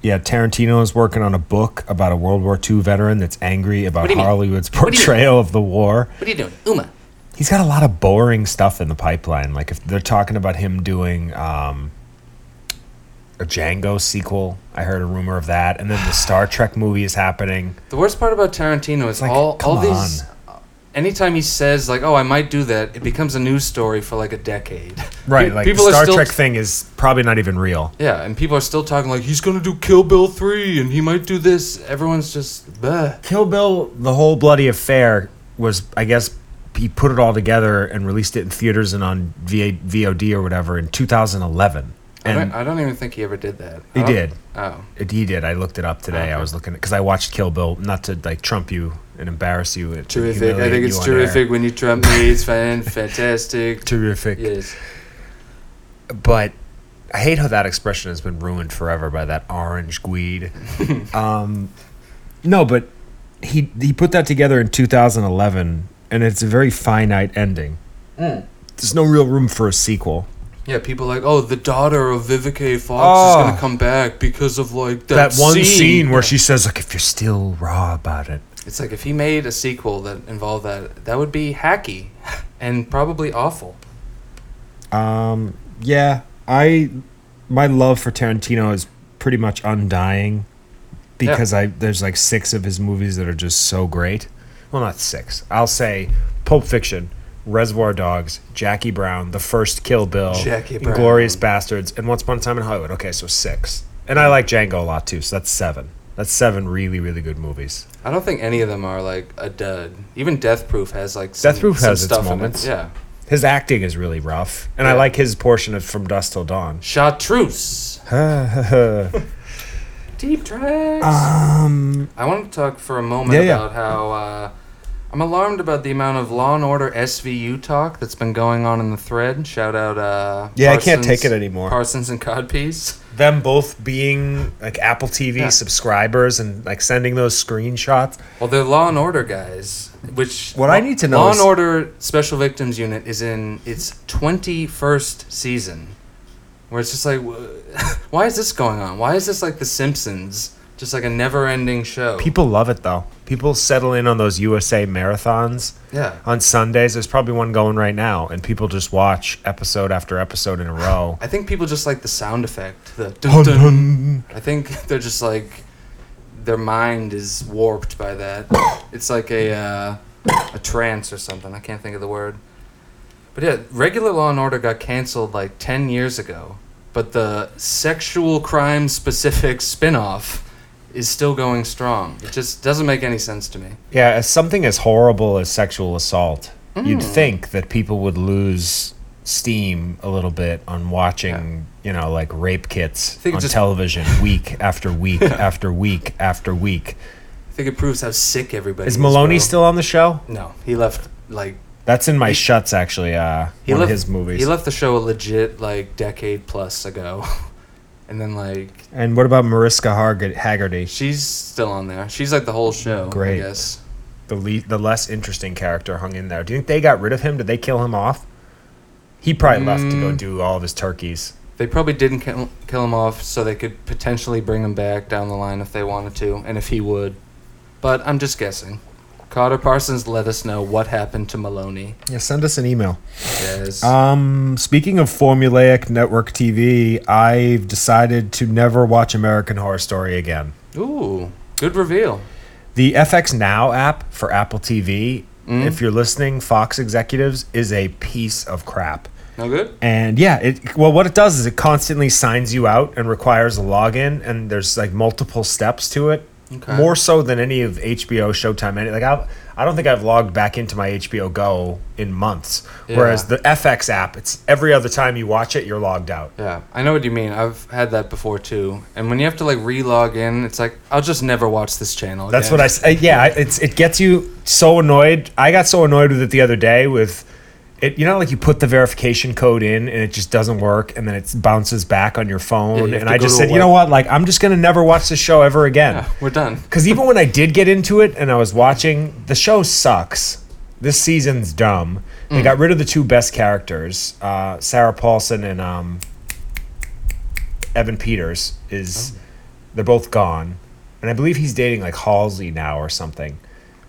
Speaker 1: yeah, Tarantino is working on a book about a World War II veteran that's angry about
Speaker 2: do you mean?
Speaker 1: Hollywood's
Speaker 2: do you mean?
Speaker 1: portrayal of the war.
Speaker 2: what are you doing, Uma?
Speaker 1: He's got a lot of boring stuff in the pipeline. Like if they're talking about him doing um, a Django sequel, I heard a rumor of that, and then the Star Trek movie is happening.
Speaker 2: The worst part about Tarantino is
Speaker 1: like,
Speaker 2: all all
Speaker 1: come
Speaker 2: these. Anytime he says like, "Oh, I might do that," it becomes a news story for like a decade.
Speaker 1: Right,
Speaker 2: Pe-
Speaker 1: like
Speaker 2: people
Speaker 1: the
Speaker 2: are
Speaker 1: Star
Speaker 2: still
Speaker 1: Trek thing is probably not even real.
Speaker 2: Yeah, and people are still talking like he's gonna do Kill Bill three, and he might do this. Everyone's just, bleh.
Speaker 1: Kill Bill, the whole bloody affair was, I guess, he put it all together and released it in theaters and on VA, VOD or whatever in 2011.
Speaker 2: I don't,
Speaker 1: And
Speaker 2: I don't even think he ever did that.
Speaker 1: He
Speaker 2: I don't-
Speaker 1: did.
Speaker 2: Oh,
Speaker 1: it, he did. I looked it up today. I was looking because I watched Kill Bill, not to like trump you and embarrass you. and
Speaker 2: terrific! I
Speaker 1: humiliate
Speaker 2: think
Speaker 1: you
Speaker 2: it's
Speaker 1: on air.
Speaker 2: terrific when you trump me. It's fan fantastic.
Speaker 1: Terrific.
Speaker 2: Yes.
Speaker 1: but I hate how that expression has been ruined forever by that orange weed. um, no, but he he put that together in 2011, and it's a very finite ending. There's no real room for a sequel.
Speaker 2: Yeah, people are like, oh, the daughter of Vivica A. Fox
Speaker 1: Oh.
Speaker 2: is gonna come back because of like that,
Speaker 1: That, one scene,
Speaker 2: scene.
Speaker 1: where she says, "Like, if you're still raw about it,
Speaker 2: It's like if he made a sequel that involved that, that would be hacky, and probably awful.
Speaker 1: Um, yeah, I my love for Tarantino is pretty much undying because I there's like six of his movies that are just so great. Well, not six. I'll say Pulp Fiction, Reservoir Dogs, Jackie Brown, The First Kill Bill,
Speaker 2: Jackie Brown.
Speaker 1: Glorious Bastards, and Once Upon a Time in Hollywood. Okay, so six. And I like Django a lot too, so that's seven. That's seven really, really good movies.
Speaker 2: I don't think any of them are like a dud. Even Death Proof has like some,
Speaker 1: Death Proof
Speaker 2: some
Speaker 1: has its
Speaker 2: stuff in it.
Speaker 1: moments.
Speaker 2: Yeah,
Speaker 1: His acting is really rough, and I
Speaker 2: Yeah.
Speaker 1: like his portion of From Dusk Till Dawn.
Speaker 2: Chartreuse. Deep tracks.
Speaker 1: um,
Speaker 2: I want to talk for a moment
Speaker 1: Yeah, yeah.
Speaker 2: about how uh, I'm alarmed about the amount of Law and Order SVU talk that's been going on in the thread. Shout out. Uh,
Speaker 1: Yeah, I can't take it anymore.
Speaker 2: Parsons and Codpiece.
Speaker 1: them both being like Apple TV
Speaker 2: Yeah.
Speaker 1: subscribers and like sending those screenshots.
Speaker 2: Well, they're Law and Order guys, which
Speaker 1: What I need to know
Speaker 2: Law
Speaker 1: is-
Speaker 2: and Order Special Victims Unit is in its twenty-first season, where it's just like, wh- why is this going on? Why is this like The Simpsons, just like a never-ending show?
Speaker 1: People love it though. People settle in on those USA marathons
Speaker 2: yeah,
Speaker 1: on Sundays. There's probably one going right now, and people just watch episode after episode in a row.
Speaker 2: I think people just like the sound effect. The dun, dun. I think they're just like their mind is warped by that. It's like a uh, a trance or something. I can't think of the word. But yeah, regular Law and Order got canceled like ten years ago, but the sexual crime specific spin-off is still going strong. It just doesn't make any sense to me.
Speaker 1: Yeah, as something as horrible as sexual assault, you'd
Speaker 2: Mm.
Speaker 1: think that people would lose steam a little bit on watching, you know, like rape kits
Speaker 2: think it
Speaker 1: on
Speaker 2: just-
Speaker 1: television week after week after week after week.
Speaker 2: I think it proves how sick everybody
Speaker 1: Is Maloney
Speaker 2: bro.
Speaker 1: still on the show?
Speaker 2: No, he left like
Speaker 1: That's in my shuts, actually. Uh,
Speaker 2: he
Speaker 1: one
Speaker 2: left
Speaker 1: of his movies.
Speaker 2: He left the show a legit like decade plus ago, and then like
Speaker 1: and what about Mariska Harg- Haggerty,
Speaker 2: she's still on there. She's like the whole show.
Speaker 1: Great.
Speaker 2: I guess.
Speaker 1: the le- the less interesting character, hung in there? Do you think they got rid of him? Did they kill him off? He probably left to
Speaker 2: Mm.
Speaker 1: go do all of his turkeys.
Speaker 2: They probably didn't kill, kill him off so they could potentially bring him back down the line if they wanted to, and if he would. But I'm just guessing. Carter Parsons let us know what happened to Maloney.
Speaker 1: Yeah, send us an email.
Speaker 2: Yes.
Speaker 1: Um, speaking of formulaic network TV, I've decided to never watch American Horror Story again.
Speaker 2: Ooh, good reveal.
Speaker 1: The FX Now app for Apple TV,
Speaker 2: Mm.
Speaker 1: if you're listening, Fox executives, is a piece of crap.
Speaker 2: No good.
Speaker 1: And yeah, it well, what it does is it constantly signs you out and requires a login, and there's like multiple steps to it.
Speaker 2: Okay.
Speaker 1: More so than any of HBO, Showtime, any like I, I don't think I've logged back into my HBO Go in months. Whereas
Speaker 2: Yeah.
Speaker 1: the FX app, it's every other time you watch it, you're logged out.
Speaker 2: Yeah, I know what you mean. I've had that before too. And when you have to like re-log in, it's like I'll just never watch this channel.
Speaker 1: That's
Speaker 2: again.
Speaker 1: what I s- uh, yeah, I- it's it gets you so annoyed. I got so annoyed with it the other day with It, you know, like you put the verification code in and it just doesn't work, and then it bounces back on your
Speaker 2: Yeah,
Speaker 1: phone.
Speaker 2: you have
Speaker 1: and
Speaker 2: to
Speaker 1: I
Speaker 2: go
Speaker 1: just
Speaker 2: to a
Speaker 1: said, you know
Speaker 2: web-
Speaker 1: what? Like, I'm just gonna never watch this show ever again.
Speaker 2: We're done.
Speaker 1: Because even when I did get into it and I was watching, the show sucks. This season's dumb. They got rid of the two best characters, uh, Sarah Paulson and um, Evan Peters. Is they're both gone, and I believe he's dating like Halsey now or something.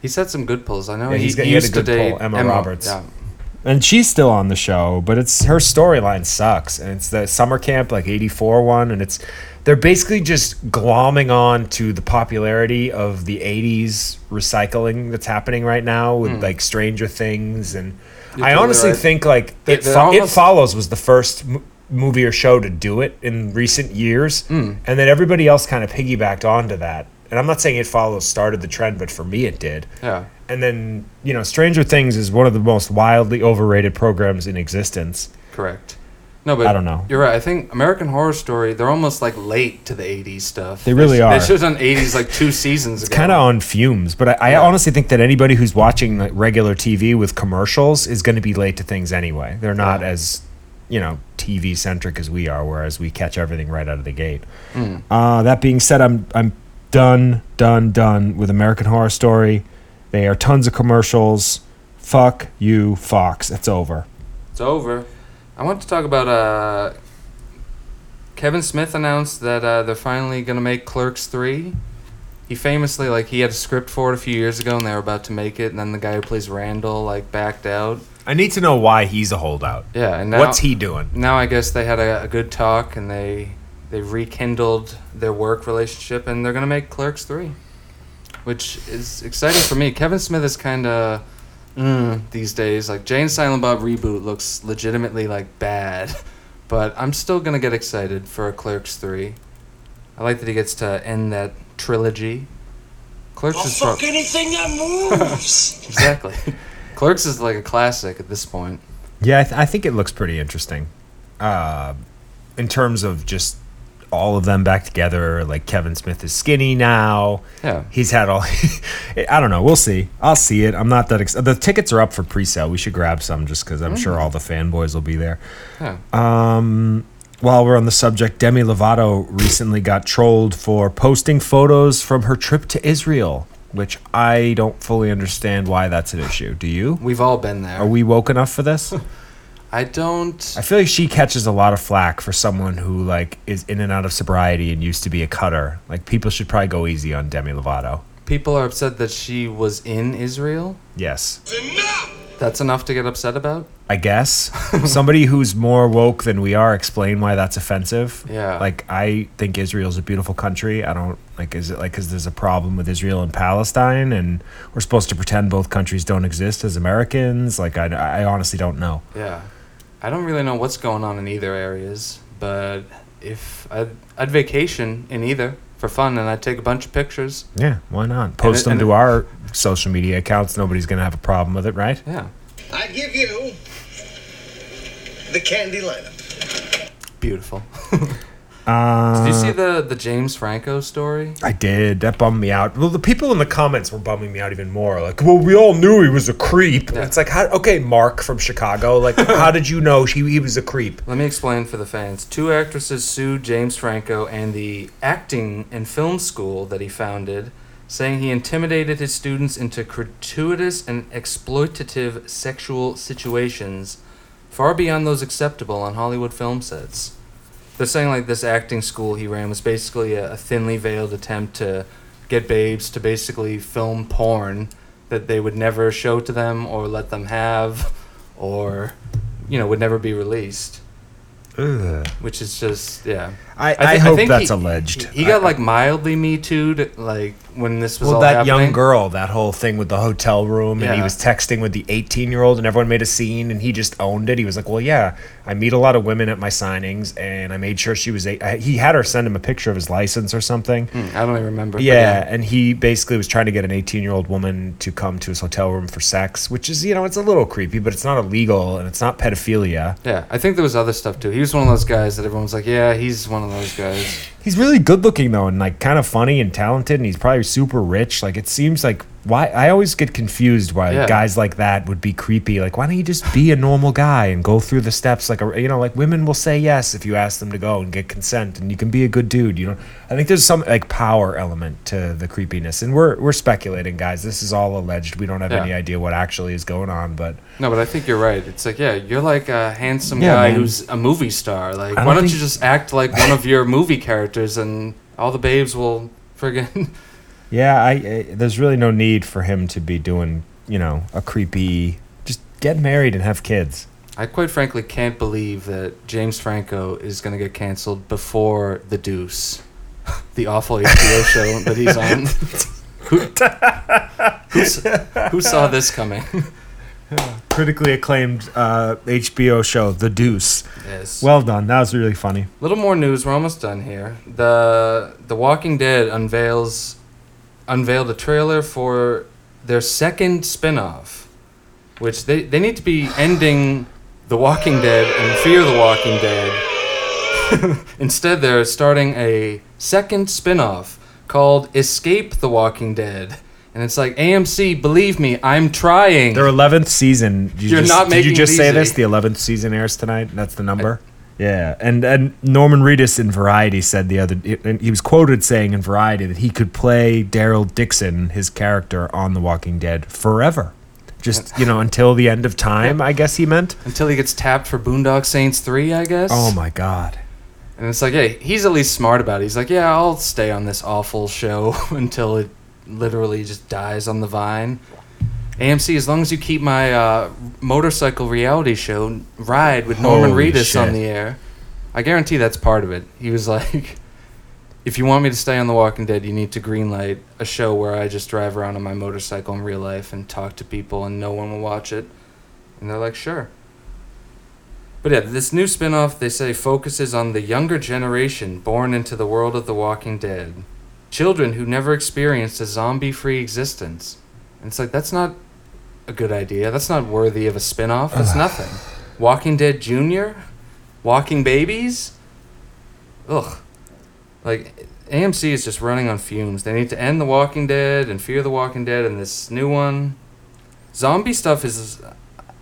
Speaker 2: He's had some good pulls. I know
Speaker 1: Yeah,
Speaker 2: he,
Speaker 1: he's got-
Speaker 2: he
Speaker 1: he had a
Speaker 2: used to
Speaker 1: good
Speaker 2: date
Speaker 1: pull, Emma Roberts.
Speaker 2: Yeah.
Speaker 1: And she's still on the show, but it's her storyline sucks, and it's the summer camp like '84 one, and it's they're basically just glomming on to the popularity of the '80s recycling that's happening right now with like Stranger Things, and
Speaker 2: Hmm. You're
Speaker 1: I
Speaker 2: totally
Speaker 1: honestly
Speaker 2: right.
Speaker 1: think like
Speaker 2: They-
Speaker 1: it,
Speaker 2: they're
Speaker 1: fo-
Speaker 2: almost-
Speaker 1: it follows was the first. M- movie or show to do it in recent years
Speaker 2: Hmm.
Speaker 1: and then everybody else kind of piggybacked onto that and i'm not saying it follows started the trend but for me it did
Speaker 2: Yeah.
Speaker 1: and then, you know, Stranger Things is one of the most wildly overrated programs in existence.
Speaker 2: Correct. No, but
Speaker 1: I don't know.
Speaker 2: You're right. I think American Horror Story. They're almost like late to the '80s stuff.
Speaker 1: They really
Speaker 2: sh-
Speaker 1: are.
Speaker 2: They should have done '80s like two seasons ago.
Speaker 1: Kind of on fumes, but I, I
Speaker 2: Yeah.
Speaker 1: honestly think that anybody who's watching like, regular TV with commercials is going to be late to things anyway. They're not
Speaker 2: Yeah.
Speaker 1: as, you know, TV centric as we are, whereas we catch everything right out of the gate.
Speaker 2: Mm.
Speaker 1: Uh, that being said, I'm I'm done, done, done with American Horror Story. They are tons of commercials. Fuck you, Fox. It's over.
Speaker 2: It's over. I want to talk about uh. Kevin Smith announced that uh, they're finally gonna make Clerks three. He famously like he had a script for it a few years ago, and they were about to make it, and then the guy who plays Randall like backed out.
Speaker 7: I need to know why he's a holdout.
Speaker 2: Yeah, and now
Speaker 7: What's he doing?
Speaker 2: now I guess they had a, a good talk and they they rekindled their work relationship and they're gonna make Clerks three, which is exciting for me. Kevin Smith is kind of mm, these days like Jane Silent Bob reboot looks legitimately like bad, but I'm still gonna get excited for a Clerks three. I like that he gets to end that trilogy. Clerks
Speaker 5: I'll
Speaker 2: is pro-
Speaker 5: fuck anything that moves.
Speaker 2: exactly. Clerks is like a classic at this point.
Speaker 1: Yeah, I, th- I think it looks pretty interesting. Uh, in terms of just all of them back together, like Kevin Smith is skinny now.
Speaker 2: Yeah.
Speaker 1: He's had all. I don't know. We'll see. I'll see it. I'm not that. Ex- the tickets are up for pre-sale. We should grab some just because I'm sure all the fanboys will be there.
Speaker 2: Mm-hmm. Yeah.
Speaker 1: Um, while we're on the subject, Demi Lovato recently got trolled for posting photos from her trip to Israel, which I don't fully understand why that's an issue. Do you?
Speaker 2: We've all been
Speaker 1: Are
Speaker 2: there.
Speaker 1: we woke enough for this?
Speaker 2: I don't.
Speaker 1: I feel like she catches a lot of flack for someone who like is in and out of sobriety and used to be a cutter. Like people should probably go easy on Demi Lovato.
Speaker 2: People are upset that she was in Israel.
Speaker 1: Yes.
Speaker 2: That's enough to get upset about.
Speaker 1: I guess somebody who's more woke than we are explain why that's offensive.
Speaker 2: Yeah.
Speaker 1: Like I think Israel's a beautiful country. I don't like is it like cuz there's a problem with Israel and Palestine and we're supposed to pretend both countries don't exist as Americans? Like I I honestly don't know.
Speaker 2: Yeah, I don't really know what's going on in either areas, but if I'd, I'd vacation in either for fun and I'd take a bunch of pictures.
Speaker 1: Yeah, why not? Post
Speaker 2: and
Speaker 1: them
Speaker 2: it-
Speaker 1: to our social media accounts. Nobody's going to have a problem with it, right?
Speaker 2: Yeah,
Speaker 8: I give you the candy lineup.
Speaker 2: beautiful.
Speaker 1: Uh,
Speaker 2: Did you see the the James Franco story?
Speaker 1: I did. That bummed me out. Well, the people in the comments were bumming me out even more. Like, well, we all knew he was a creep. It's like, how, okay, Mark from Chicago. Like, how did you know he, he was a creep?
Speaker 2: Let me explain for the fans. Two actresses sued James Franco and the acting and film school that he founded, saying he intimidated his students into gratuitous and exploitative sexual situations far beyond those acceptable on Hollywood film sets. They're saying like this acting school he ran was basically a, a thinly veiled attempt to get babes to basically film porn that they would never show to them or let them have or you know would never be released
Speaker 1: Ugh.
Speaker 2: which is just yeah.
Speaker 1: I, I,
Speaker 2: thi-
Speaker 1: hope
Speaker 2: think
Speaker 1: that's
Speaker 2: he-
Speaker 1: alleged.
Speaker 2: He, he got like mildly me too like when this was
Speaker 1: well,
Speaker 2: all
Speaker 1: that
Speaker 2: happening.
Speaker 1: young girl, that whole thing with the hotel room, and he
Speaker 2: Yeah.
Speaker 1: was texting with the 18 year old, and everyone made a scene, and he just owned it. He was like, well, yeah, I meet a lot of women at my signings, and I made sure she was. A- I, he had her send him a picture of his license or something.
Speaker 2: Hmm, I don't even remember. but
Speaker 1: Yeah, and he basically was trying to get an 18 year old woman to come to his hotel room for sex, which is, you know, it's a little creepy, but it's not illegal and it's not pedophilia.
Speaker 2: Yeah, I think there was other stuff too. He was one of those guys that everyone was like, "Yeah, he's one of those guys."
Speaker 1: He's really good looking, though, and like kind of funny and talented, and he's probably super rich. Like, it seems like why I always get confused why
Speaker 2: Yeah.
Speaker 1: guys like that would be creepy. Like, why don't you just be a normal guy and go through the steps? Like, a, you know, like women will say yes if you ask them to go and get consent, and you can be a good dude. You know, I think there's some like power element to the creepiness, and we're we're speculating, guys. This is all alleged. We don't have
Speaker 2: Yeah.
Speaker 1: any idea what actually is going on, but
Speaker 2: No, but I think you're right. It's like, yeah, you're like a handsome
Speaker 1: Yeah,
Speaker 2: guy
Speaker 1: man.
Speaker 2: who's a movie star. Like,
Speaker 1: I don't
Speaker 2: why don't
Speaker 1: think-
Speaker 2: you just act like one of your movie characters and all the babes will friggin'.
Speaker 1: yeah, I, I there's really no need for him to be doing you know a creepy. Just get married and have kids.
Speaker 2: I quite frankly can't believe that James Franco is going to get canceled before The Deuce, the awful HBO show that he's on. Who, who's- who saw this coming?
Speaker 1: Critically acclaimed uh, HBO show, The Deuce.
Speaker 2: Yes.
Speaker 1: Well done. That was really funny.
Speaker 2: little more news. We're almost done here. The The Walking Dead unveils unveiled a trailer for their second spin-off, which they, they need to be ending The Walking Dead and Fear the Walking Dead. Instead, they're starting a second spin-off called Escape the Walking Dead. And it's like AMC, believe me, I'm trying.
Speaker 1: Their eleventh season. You
Speaker 2: You're
Speaker 1: just,
Speaker 2: not
Speaker 1: Did
Speaker 2: making
Speaker 1: you just
Speaker 2: it
Speaker 1: say
Speaker 2: easy.
Speaker 1: this? The eleventh season airs tonight. That's the number. yeah, and and Norman Reedus in Variety said the other. and He was quoted saying in Variety that he could play Daryl Dixon, his character on The Walking Dead, forever. Just you know, until the end of time. I guess he meant.
Speaker 2: Until he gets tapped for Boondock Saints 3, I guess.
Speaker 1: Oh my God.
Speaker 2: And it's like, yeah, he's at least smart about it. He's like, yeah, I'll stay on this awful show until it literally just dies on the vine. AMC, as long as you keep my uh, motorcycle reality show ride with Norman
Speaker 1: Holy
Speaker 2: Reedus on
Speaker 1: shit.
Speaker 2: the air, I guarantee that's part of it. He was like, if you want me to stay on The Walking Dead, you need to greenlight a show where I just drive around on my motorcycle in real life and talk to people and no one will watch it. And they're like, sure. But yeah, this new spin-off they say focuses on the younger generation born into the world of The Walking Dead. Children who never experienced a zombie-free existence. And it's like that's not a good idea. That's not worthy of a spin-off. That's nothing. Walking Dead Junior? Walking Babies? Ugh. Like AMC is just running on fumes. They need to end The Walking Dead and Fear the Walking Dead and this new one. Zombie stuff is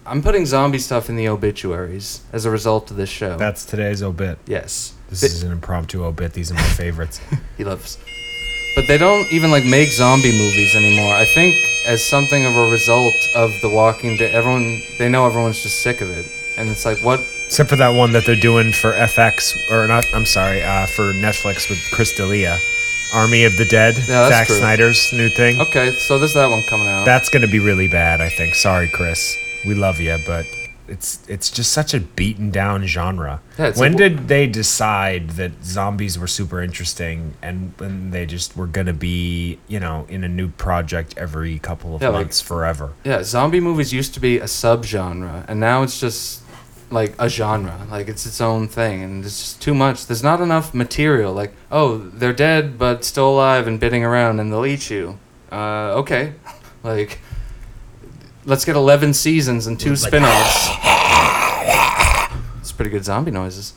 Speaker 2: I'm putting zombie stuff in the obituaries as a result of this show.
Speaker 1: That's today's obit.
Speaker 2: yes.
Speaker 1: This
Speaker 2: Thi-
Speaker 1: is an impromptu obit. These are my favorites.
Speaker 2: he loves. But they don't even like make zombie movies anymore. I think as something of a result of The Walking Dead, everyone they know everyone's just sick of it, and it's like what?
Speaker 1: Except for that one that they're doing for FX or not. I'm sorry, uh, for Netflix with Chris D'Elia, Army of the Dead,
Speaker 2: Yeah, that's
Speaker 1: Zack
Speaker 2: true.
Speaker 1: Snyder's new thing.
Speaker 2: Okay, so there's that one coming out.
Speaker 1: That's gonna be really bad, I think. Sorry, Chris. We love you, but it's it's just such a beaten down genre.
Speaker 2: Yeah, it's
Speaker 1: when
Speaker 2: like-
Speaker 1: did they decide that zombies were super interesting and when they just were gonna be you know in a new project every couple of
Speaker 2: Yeah, like-
Speaker 1: months forever?
Speaker 2: yeah, zombie movies used to be a subgenre, and now it's just like a genre. Like it's its own thing, and it's just too much. There's not enough material. Like oh, they're dead but still alive and bidding around, and they'll eat you. Uh, okay, like let's get eleven seasons and two spin-offs. It's pretty good zombie noises.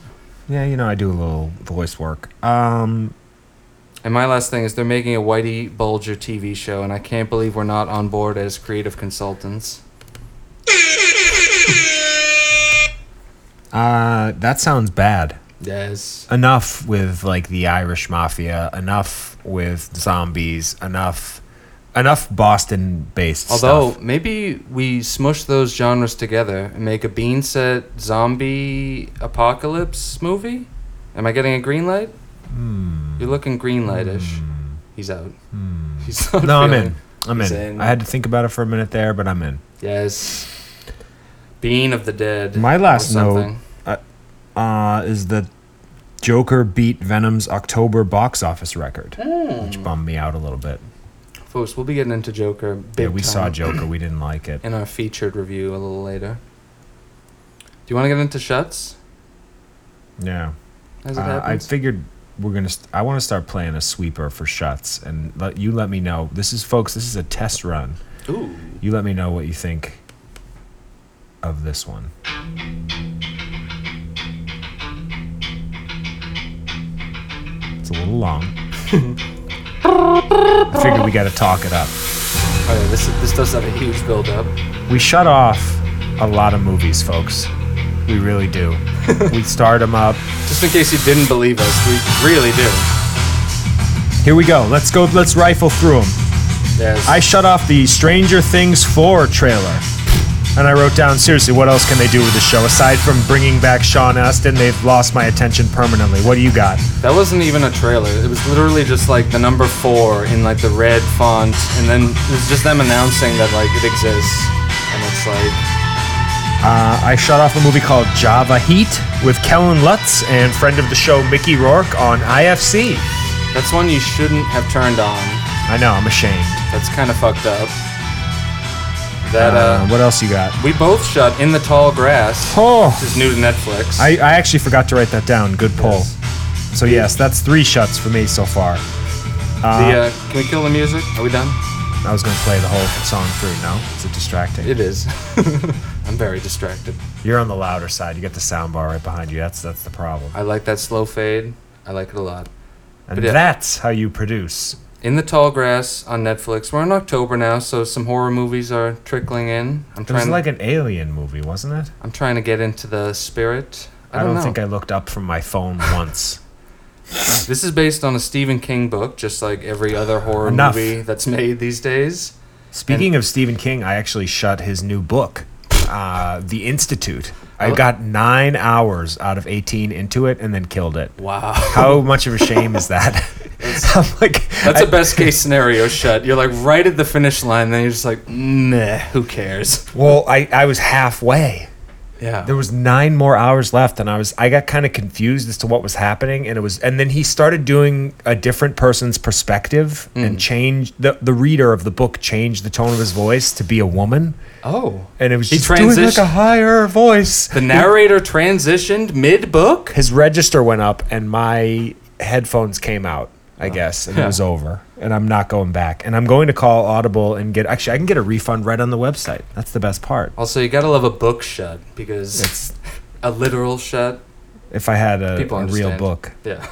Speaker 1: Yeah, you know I do a little voice work. Um,
Speaker 2: And my last thing is they're making a Whitey Bulger TV show, and I can't believe we're not on board as creative consultants.
Speaker 1: uh, that sounds bad.
Speaker 2: Yes.
Speaker 1: enough with like the Irish mafia, enough with zombies, enough enough Boston based
Speaker 2: Although
Speaker 1: stuff.
Speaker 2: maybe we smush those genres together and make a bean set zombie apocalypse movie. Am I getting a green light?
Speaker 1: Hmm.
Speaker 2: You're looking green lightish. He's out. He's not
Speaker 1: No, I'm
Speaker 2: feeling-
Speaker 1: in. I'm
Speaker 2: He's
Speaker 1: in.
Speaker 2: in.
Speaker 1: I had to think about it for a minute there, but I'm in.
Speaker 2: Yes. Bean of the dead.
Speaker 1: My
Speaker 2: or
Speaker 1: last note-
Speaker 2: something.
Speaker 1: Uh, is the Joker beat Venom's October box office record,
Speaker 2: Hmm.
Speaker 1: which bummed me out a little bit.
Speaker 2: Folks, we'll be getting into Joker. Big
Speaker 1: yeah, we saw
Speaker 2: time
Speaker 1: Joker, we didn't like it.
Speaker 2: in our featured review a little later. Do you want to get into shuts?
Speaker 1: Yeah,
Speaker 2: As it
Speaker 1: uh, I
Speaker 2: happens.
Speaker 1: figured we're gonna. St- I want to start playing a sweeper for shuts, and let you let me know. This is folks. This is a test run.
Speaker 2: Ooh.
Speaker 1: You let me know what you think of this one. It's a little long. I figured we got to talk it up.
Speaker 2: Oh, yeah, this this does have a huge build up.
Speaker 1: We shut off a lot of movies, folks. We really do. we start them up.
Speaker 2: Just in case you didn't believe us, we really do.
Speaker 1: Here we go. Let's go. Let's rifle through them.
Speaker 2: Yes.
Speaker 1: I shut off the Stranger Things 4 trailer. And I wrote down, seriously, what else can they do with the show? Aside from bringing back Sean Astin, they've lost my attention permanently. What do you got?
Speaker 2: that wasn't even a trailer. It was literally just like the number four in like the red font, and then it was just them announcing that like it exists, and it's like
Speaker 1: Uh, I shot off a movie called Java Heat with Kellen Lutz and friend of the show Mickey Rourke on IFC.
Speaker 2: that's one you shouldn't have turned on.
Speaker 1: I know, I'm ashamed.
Speaker 2: That's kind of fucked up. That
Speaker 1: Uh,
Speaker 2: uh,
Speaker 1: what else you got?
Speaker 2: we both shot in the tall grass.
Speaker 1: Oh,
Speaker 2: This is new to Netflix.
Speaker 1: I, I actually forgot to write that down. Good pull.
Speaker 2: Yes.
Speaker 1: So yes, that's three shots for me so far.
Speaker 2: the uh, can we kill the music? Are we done?
Speaker 1: I was gonna play the whole song through. No, is it distracting?
Speaker 2: It is. I'm very distracted.
Speaker 1: You're on the louder side. You got the sound bar right behind you. That's that's the problem.
Speaker 2: I like that slow fade. I like it a lot.
Speaker 1: And
Speaker 2: yeah.
Speaker 1: that's how you produce.
Speaker 2: In the Tall Grass on Netflix. We're in October now, so some horror movies are trickling in. I'm
Speaker 1: It was
Speaker 2: trying.
Speaker 1: like an alien movie, wasn't it?
Speaker 2: I'm trying to get into the spirit. I don't, know.
Speaker 1: think I looked up from my phone once.
Speaker 2: This is based on a Stephen King book, just like every other horror
Speaker 1: Enough.
Speaker 2: movie that's made these days.
Speaker 1: Speaking of Stephen King, I actually shut his new book, uh, The Institute. I
Speaker 2: Oh.
Speaker 1: got nine hours out of 18 into it and then killed it.
Speaker 2: Wow.
Speaker 1: How much of a shame is that? I'm like,
Speaker 2: That's
Speaker 1: I-
Speaker 2: a best case scenario shut. You're like right at the finish line, then you're just like, nah, who cares?
Speaker 1: well, I, I was halfway.
Speaker 2: Yeah.
Speaker 1: There was nine more hours left, and I was I got kind of confused as to what was happening, and it was and then he started doing a different person's perspective
Speaker 2: Mm.
Speaker 1: and changed the the reader of the book changed the tone of his voice to be a woman,
Speaker 2: oh.
Speaker 1: and it was
Speaker 2: He
Speaker 1: just doing like a
Speaker 2: transitioned-
Speaker 1: higher voice.
Speaker 2: The narrator transitioned mid book?
Speaker 1: his register went up and my headphones came out
Speaker 2: Oh.
Speaker 1: i guess and it was over and i'm not going back and i'm going to call audible and get actually i can get a refund right on the website that's the best part
Speaker 2: Also, you gotta love a book shut because
Speaker 1: it's
Speaker 2: a literal shut.
Speaker 1: if i had a,
Speaker 2: People
Speaker 1: a real
Speaker 2: understand.
Speaker 1: book
Speaker 2: Yeah.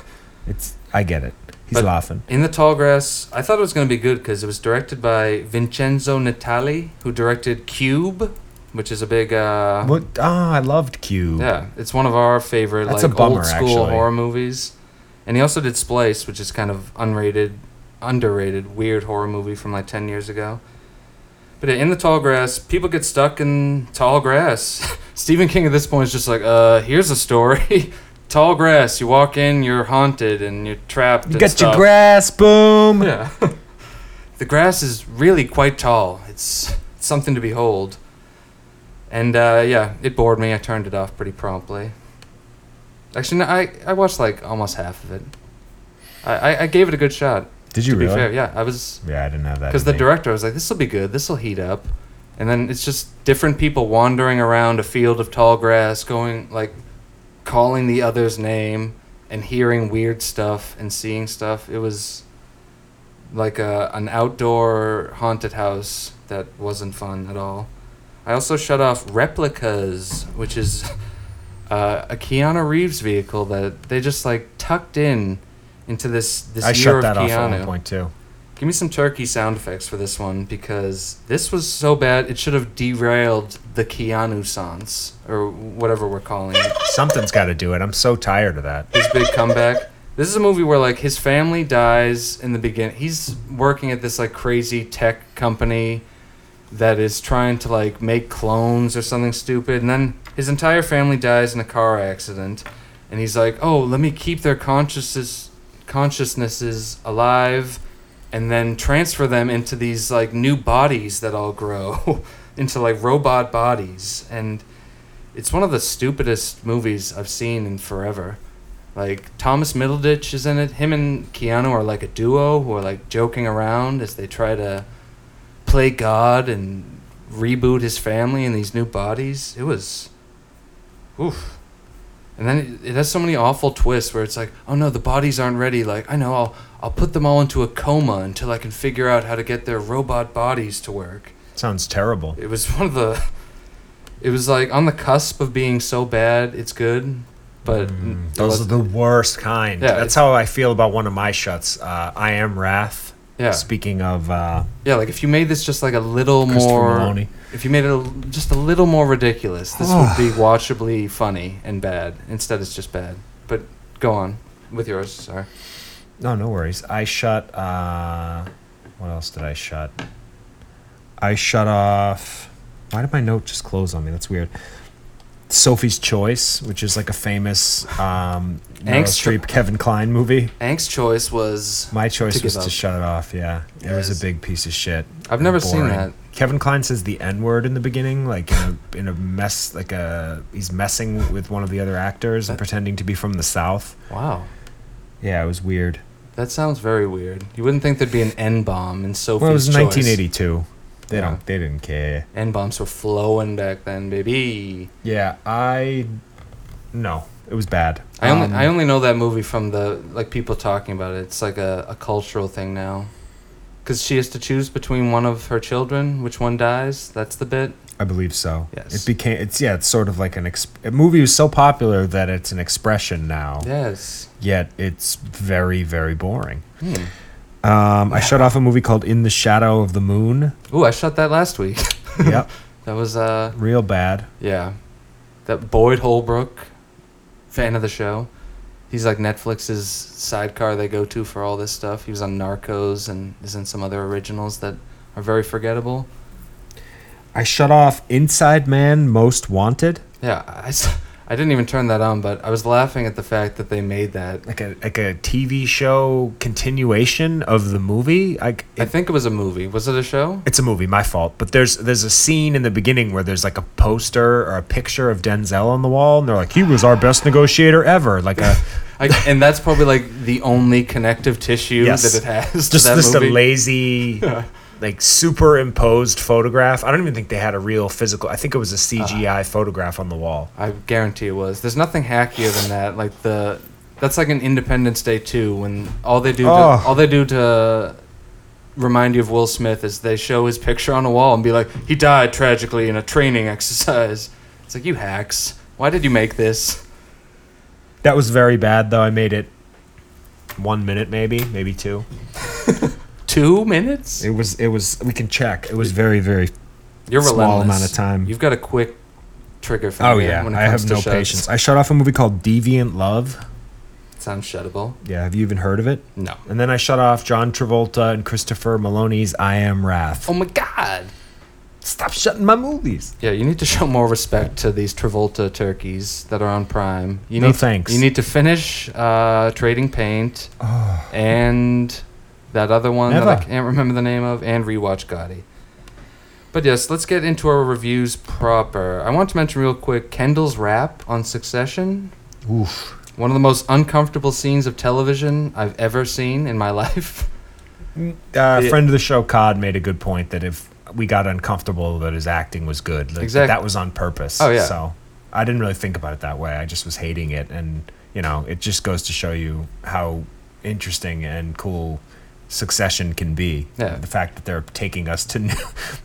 Speaker 1: it's i get it he's
Speaker 2: But-
Speaker 1: laughing
Speaker 2: In the Tall Grass, I thought it was gonna be good because it was directed by Vincenzo Natali, who directed Cube, which is a big. uh
Speaker 1: what ah i loved q
Speaker 2: Yeah, it's one of our favorite
Speaker 1: That's
Speaker 2: like
Speaker 1: a bummer,
Speaker 2: old school
Speaker 1: actually.
Speaker 2: horror movies. And he also did Splice, which is kind of unrated, underrated, weird horror movie from like ten years ago. But yeah, in the tall grass, people get stuck in tall grass. Stephen King at this point is just like, uh, here's a story. tall grass. You walk in, you're haunted and you're trapped.
Speaker 1: you
Speaker 2: and
Speaker 1: got
Speaker 2: stuff.
Speaker 1: your grass boom
Speaker 2: Yeah. the grass is really quite tall. It's something to behold. And uh, yeah, it bored me. I turned it off pretty promptly. Actually, no, I, I watched like almost half of it. I, I, I gave it a good shot.
Speaker 1: did you
Speaker 2: To
Speaker 1: really
Speaker 2: be fair, yeah, I was
Speaker 1: yeah i didn't have that
Speaker 2: because
Speaker 1: in
Speaker 2: the
Speaker 1: me.
Speaker 2: director was like, "This will be good. This will heat up," and then it's just different people wandering around a field of tall grass, going like, calling the other's name and hearing weird stuff and seeing stuff. It was like a an outdoor haunted house that wasn't fun at all. I also shut off replicas, which is uh, a Keanu Reeves vehicle that they just like tucked in into this this
Speaker 1: i
Speaker 2: year
Speaker 1: shut
Speaker 2: of
Speaker 1: that
Speaker 2: Keanu.
Speaker 1: off at one point too
Speaker 2: Give me some turkey sound effects for this one because this was so bad it should have derailed the Keanu Sans or whatever we're calling it.
Speaker 1: something's got to do it i'm so tired of that
Speaker 2: His big comeback. This is a movie where like his family dies in the beginning. He's working at this like crazy tech company that is trying to like make clones or something stupid and then his entire family dies in a car accident and he's like, "Oh, let me keep their consciousness consciousnesses alive." and then transfer them into these like new bodies that all grow into like robot bodies and it's one of the stupidest movies i've seen in forever like thomas middleditch is in it him and keanu are like a duo who are like joking around as they try to play god and reboot his family in these new bodies it was oof and then it, it has so many awful twists where it's like, oh no, the bodies aren't ready. Like, I know, I'll, I'll put them all into a coma until I can figure out how to get their robot bodies to work.
Speaker 1: sounds terrible
Speaker 2: It was one of the. It was like on the cusp of being so bad, it's good, but. it
Speaker 1: Mm. Those are
Speaker 2: was-
Speaker 1: the worst kind.
Speaker 2: Yeah,
Speaker 1: That's
Speaker 2: it's-
Speaker 1: how I feel about one of my shuts. Uh, I am Wrath.
Speaker 2: Yeah.
Speaker 1: Speaking of, uh,
Speaker 2: Yeah, like if you made this just like a little
Speaker 1: Christopher
Speaker 2: more,
Speaker 1: Maloney.
Speaker 2: if you made it a, just a little more ridiculous, this would be watchably funny and bad. Instead, it's just bad. But go on with yours. Sorry.
Speaker 1: no, no worries. I shut. Uh, what else did I shut? I shut off. Why did my note just close on me? That's weird. Sophie's Choice, which is like a famous um, Meryl
Speaker 2: Angst-
Speaker 1: Streep, Kevin Klein movie.
Speaker 2: Ang's choice was
Speaker 1: My choice
Speaker 2: give
Speaker 1: was
Speaker 2: up.
Speaker 1: to shut it off. Yeah, it was
Speaker 2: Yes.
Speaker 1: a big piece of shit.
Speaker 2: I've
Speaker 1: and
Speaker 2: never seen that.
Speaker 1: Kevin Klein says the N word in the beginning, like in a, in a mess, like a he's messing with one of the other actors and pretending to be from the South.
Speaker 2: wow.
Speaker 1: Yeah, it was weird.
Speaker 2: That sounds very weird. You wouldn't think there'd be an N bomb in Sophie's
Speaker 1: Well, it was
Speaker 2: choice.
Speaker 1: 1982. They
Speaker 2: Yeah.
Speaker 1: don't. They didn't care.
Speaker 2: N bombs were flowing back then, baby.
Speaker 1: Yeah, I. No, it was bad.
Speaker 2: I only
Speaker 1: Um,
Speaker 2: I only know that movie from the like people talking about it. It's like a, a cultural thing now. Cuz she has to choose between one of her children, which one dies. That's the bit.
Speaker 1: I believe so.
Speaker 2: Yes.
Speaker 1: It became. It's yeah. It's sort of like an. Exp- a movie was so popular that it's an expression now.
Speaker 2: Yes.
Speaker 1: Yet it's very very boring.
Speaker 2: Hmm.
Speaker 1: Um, I shut off a movie called In the Shadow of the Moon.
Speaker 2: Ooh, I shot that last week.
Speaker 1: yep,
Speaker 2: That was uh
Speaker 1: real bad.
Speaker 2: yeah. That Boyd Holbrook fan of the show. He's like Netflix's sidecar they go to for all this stuff. He was on Narcos and is in some other originals that are very forgettable.
Speaker 1: I shut off Inside Man Most Wanted.
Speaker 2: Yeah, I, s- I didn't even turn that on, but I was laughing at the fact that they made that.
Speaker 1: Like a like a TV show continuation of the movie. Like
Speaker 2: I
Speaker 1: it-
Speaker 2: think it was a movie. Was it a show?
Speaker 1: it's a movie, my fault. But there's there's a scene in the beginning where there's like a poster or a picture of Denzel on the wall, and they're like, he was our best negotiator ever. Like a
Speaker 2: I, and that's probably like the only connective tissue
Speaker 1: Yes.
Speaker 2: that it has. To
Speaker 1: just
Speaker 2: that
Speaker 1: just
Speaker 2: movie.
Speaker 1: a lazy like superimposed photograph. I don't even think they had a real physical. I think it was a CGI photograph on the wall.
Speaker 2: I guarantee it was. There's nothing hackier than that. Like the, that's like an Independence Day too. When all they do, to,
Speaker 1: Oh.
Speaker 2: all they do to remind you of Will Smith is they show his picture on a wall and be like, he died tragically in a training exercise. It's like you hacks. Why did you make this?
Speaker 1: That was very bad, though. I made it one minute, maybe, maybe two.
Speaker 2: Two minutes?
Speaker 1: It was. It was. We can check. It was very, very.
Speaker 2: You're
Speaker 1: small
Speaker 2: relentless.
Speaker 1: amount of time.
Speaker 2: You've got a quick trigger finger.
Speaker 1: Oh yeah,
Speaker 2: when it
Speaker 1: I have
Speaker 2: comes to
Speaker 1: no
Speaker 2: shots.
Speaker 1: patience. I shut off a movie called Deviant Love.
Speaker 2: It's unshuttable.
Speaker 1: Yeah, have you even heard of it?
Speaker 2: No.
Speaker 1: And then I shut off John Travolta and Christopher Maloney's I Am Wrath.
Speaker 2: Oh my god.
Speaker 1: stop shutting my movies.
Speaker 2: Yeah, you need to show more respect to these Travolta turkeys that are on Prime. You
Speaker 1: No
Speaker 2: need,
Speaker 1: thanks.
Speaker 2: You need to finish uh, Trading Paint and that other one that I
Speaker 1: Never.
Speaker 2: can't remember the name of and rewatch Gotti. But yes, let's get into our reviews proper. I want to mention real quick Kendall's rap on Succession.
Speaker 1: Oof.
Speaker 2: One of the most uncomfortable scenes of television I've ever seen in my life.
Speaker 1: Uh,
Speaker 2: Yeah.
Speaker 1: Friend of the show, Cod, made a good point that if we got uncomfortable, that his acting was good. Like, that
Speaker 2: Exact-
Speaker 1: That was on purpose.
Speaker 2: Oh, yeah.
Speaker 1: So I didn't really think about it that way. I just was hating it, and you know, it just goes to show you how interesting and cool Succession can be.
Speaker 2: Yeah.
Speaker 1: The fact that they're taking us to new,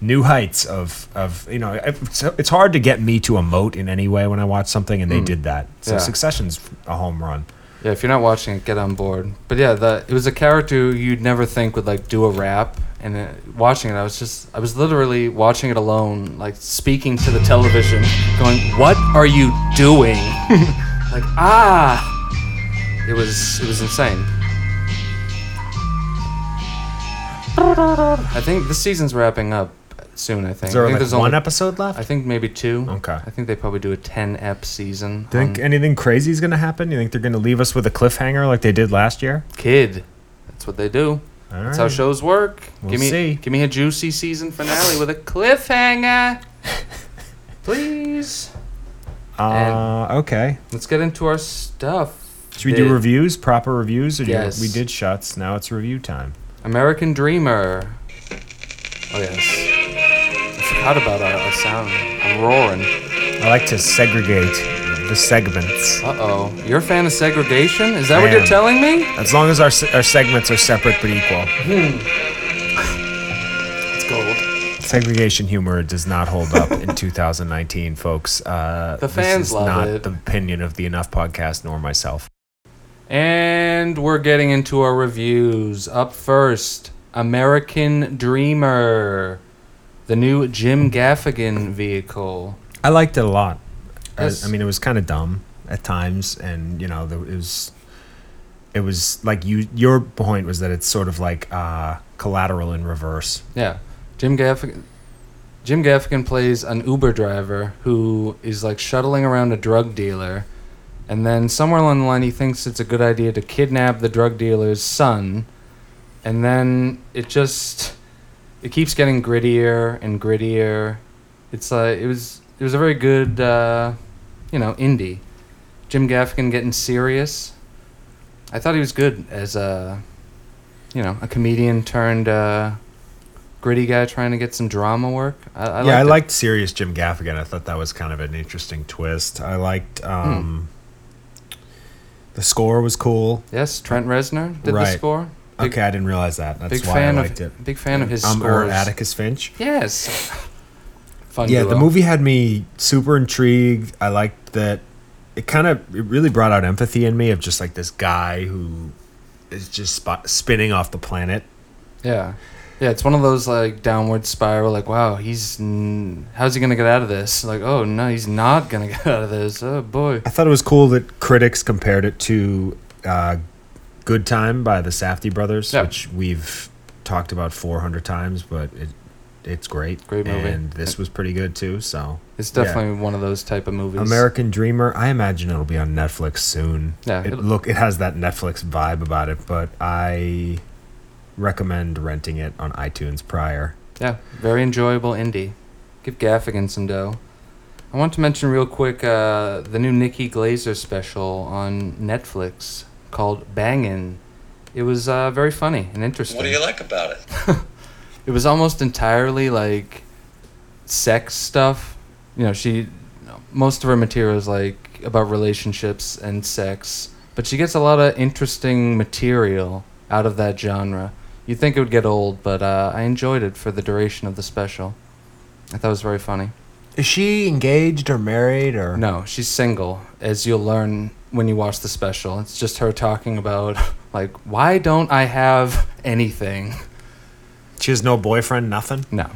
Speaker 1: new heights of of you know, it's, it's hard to get me to emote in any way when I watch something, and they did that. So
Speaker 2: Mm. Yeah.
Speaker 1: Succession's a home run.
Speaker 2: Yeah, if you're not watching it, get on board. But yeah, the it was a character you'd never think would like do a rap. And uh, watching it, I was just I was literally watching it alone, like speaking to the television, going, "What are you doing?" like ah, it was it was insane. I think this season's wrapping up soon. I think.
Speaker 1: Is there
Speaker 2: I think
Speaker 1: like
Speaker 2: there's
Speaker 1: one
Speaker 2: only,
Speaker 1: episode left?
Speaker 2: I think maybe two.
Speaker 1: Okay.
Speaker 2: I think they probably do a ten ep season.
Speaker 1: Do you think
Speaker 2: on
Speaker 1: anything crazy is going to happen? You think they're going to leave us with a cliffhanger like they did last year?
Speaker 2: kid. That's what they do.
Speaker 1: All
Speaker 2: That's how
Speaker 1: right.
Speaker 2: shows work.
Speaker 1: We'll
Speaker 2: give me
Speaker 1: see.
Speaker 2: give me a juicy season finale with a cliffhanger. Please.
Speaker 1: Uh, okay.
Speaker 2: Let's get into our stuff.
Speaker 1: Should we do
Speaker 2: Did
Speaker 1: reviews? Proper reviews? Or do you-
Speaker 2: Yes.
Speaker 1: we did shots. Now it's review time.
Speaker 2: American Dreamer. Oh yes. I forgot about our, our sound. I'm roaring.
Speaker 1: I like to segregate the segments.
Speaker 2: Uh oh. You're a fan of segregation? Is that what
Speaker 1: I
Speaker 2: you're
Speaker 1: am.
Speaker 2: telling me?
Speaker 1: As long as our, se- our segments are separate but equal.
Speaker 2: It's gold.
Speaker 1: Segregation humor does not hold up in 2019, folks. Uh,
Speaker 2: The
Speaker 1: this
Speaker 2: fans
Speaker 1: is
Speaker 2: love
Speaker 1: not
Speaker 2: it.
Speaker 1: the opinion of the Enough podcast nor myself.
Speaker 2: And we're getting into our reviews. Up first, American Dreamer, the new Jim Gaffigan vehicle.
Speaker 1: I liked it a lot. I-
Speaker 2: Yes.
Speaker 1: I, mean, it was kind of dumb at times, and you know, there, it was. It was like you. Your point was that it's sort of like uh, collateral in reverse.
Speaker 2: Yeah, Jim Gaffigan. Jim Gaffigan plays an Uber driver who is like shuttling around a drug dealer, and then somewhere along the line he thinks it's a good idea to kidnap the drug dealer's son, and then it just it keeps getting grittier and grittier. It's like it was it was a very good uh, you know indie. Jim Gaffigan getting serious. I thought he was good as a you know a comedian turned. Uh, gritty guy trying to get some drama work. I, I
Speaker 1: yeah, I
Speaker 2: liked it.
Speaker 1: liked serious Jim Gaffigan. I thought that was kind of an interesting twist. I liked
Speaker 2: Hmm.
Speaker 1: um, the score was cool.
Speaker 2: Yes, Trent Reznor did the
Speaker 1: Right.
Speaker 2: score. Big,
Speaker 1: okay, I didn't realize that. That's
Speaker 2: big
Speaker 1: why
Speaker 2: fan
Speaker 1: I liked
Speaker 2: of
Speaker 1: it.
Speaker 2: big fan of his
Speaker 1: Um, or
Speaker 2: scores.
Speaker 1: Atticus Finch.
Speaker 2: Yes. Fun
Speaker 1: Yeah, the
Speaker 2: duo.
Speaker 1: movie had me super intrigued. I liked that it kind of it really brought out empathy in me of just like this guy who is just spot, spinning off the planet.
Speaker 2: Yeah, yeah. It's one of those like downward spiral. Like, wow, he's n- how's he gonna get out of this? Like, oh no, he's not gonna get out of this. Oh boy.
Speaker 1: I thought it was cool that critics compared it to uh, Good Time by the Safdie brothers,
Speaker 2: Yeah.
Speaker 1: which we've talked about 400 times, but it it's great.
Speaker 2: Great movie.
Speaker 1: And this was pretty good too, so
Speaker 2: It's
Speaker 1: yeah.
Speaker 2: definitely one of those type of movies.
Speaker 1: American Dreamer. I imagine it'll be on Netflix soon.
Speaker 2: Yeah,
Speaker 1: It,
Speaker 2: it'll-
Speaker 1: look, it has that Netflix vibe about it, but I recommend renting it on iTunes prior.
Speaker 2: Yeah, very enjoyable indie. Give Gaffigan some dough. I want to mention real quick uh, the new Nikki Glazer special on Netflix called Bangin'. It was uh, very funny and interesting.
Speaker 4: What do you like about it?
Speaker 2: It was almost entirely like sex stuff. You know, she most of her material is like about relationships and sex, but she gets a lot of interesting material out of that genre. You'd think it would get old, but uh, I enjoyed it for the duration of the special. I thought it was very funny.
Speaker 1: Is she engaged or married or
Speaker 2: No, she's single, as you'll learn when you watch the special. It's just her talking about, like, why don't I have anything?
Speaker 1: She has no boyfriend, nothing.
Speaker 2: No.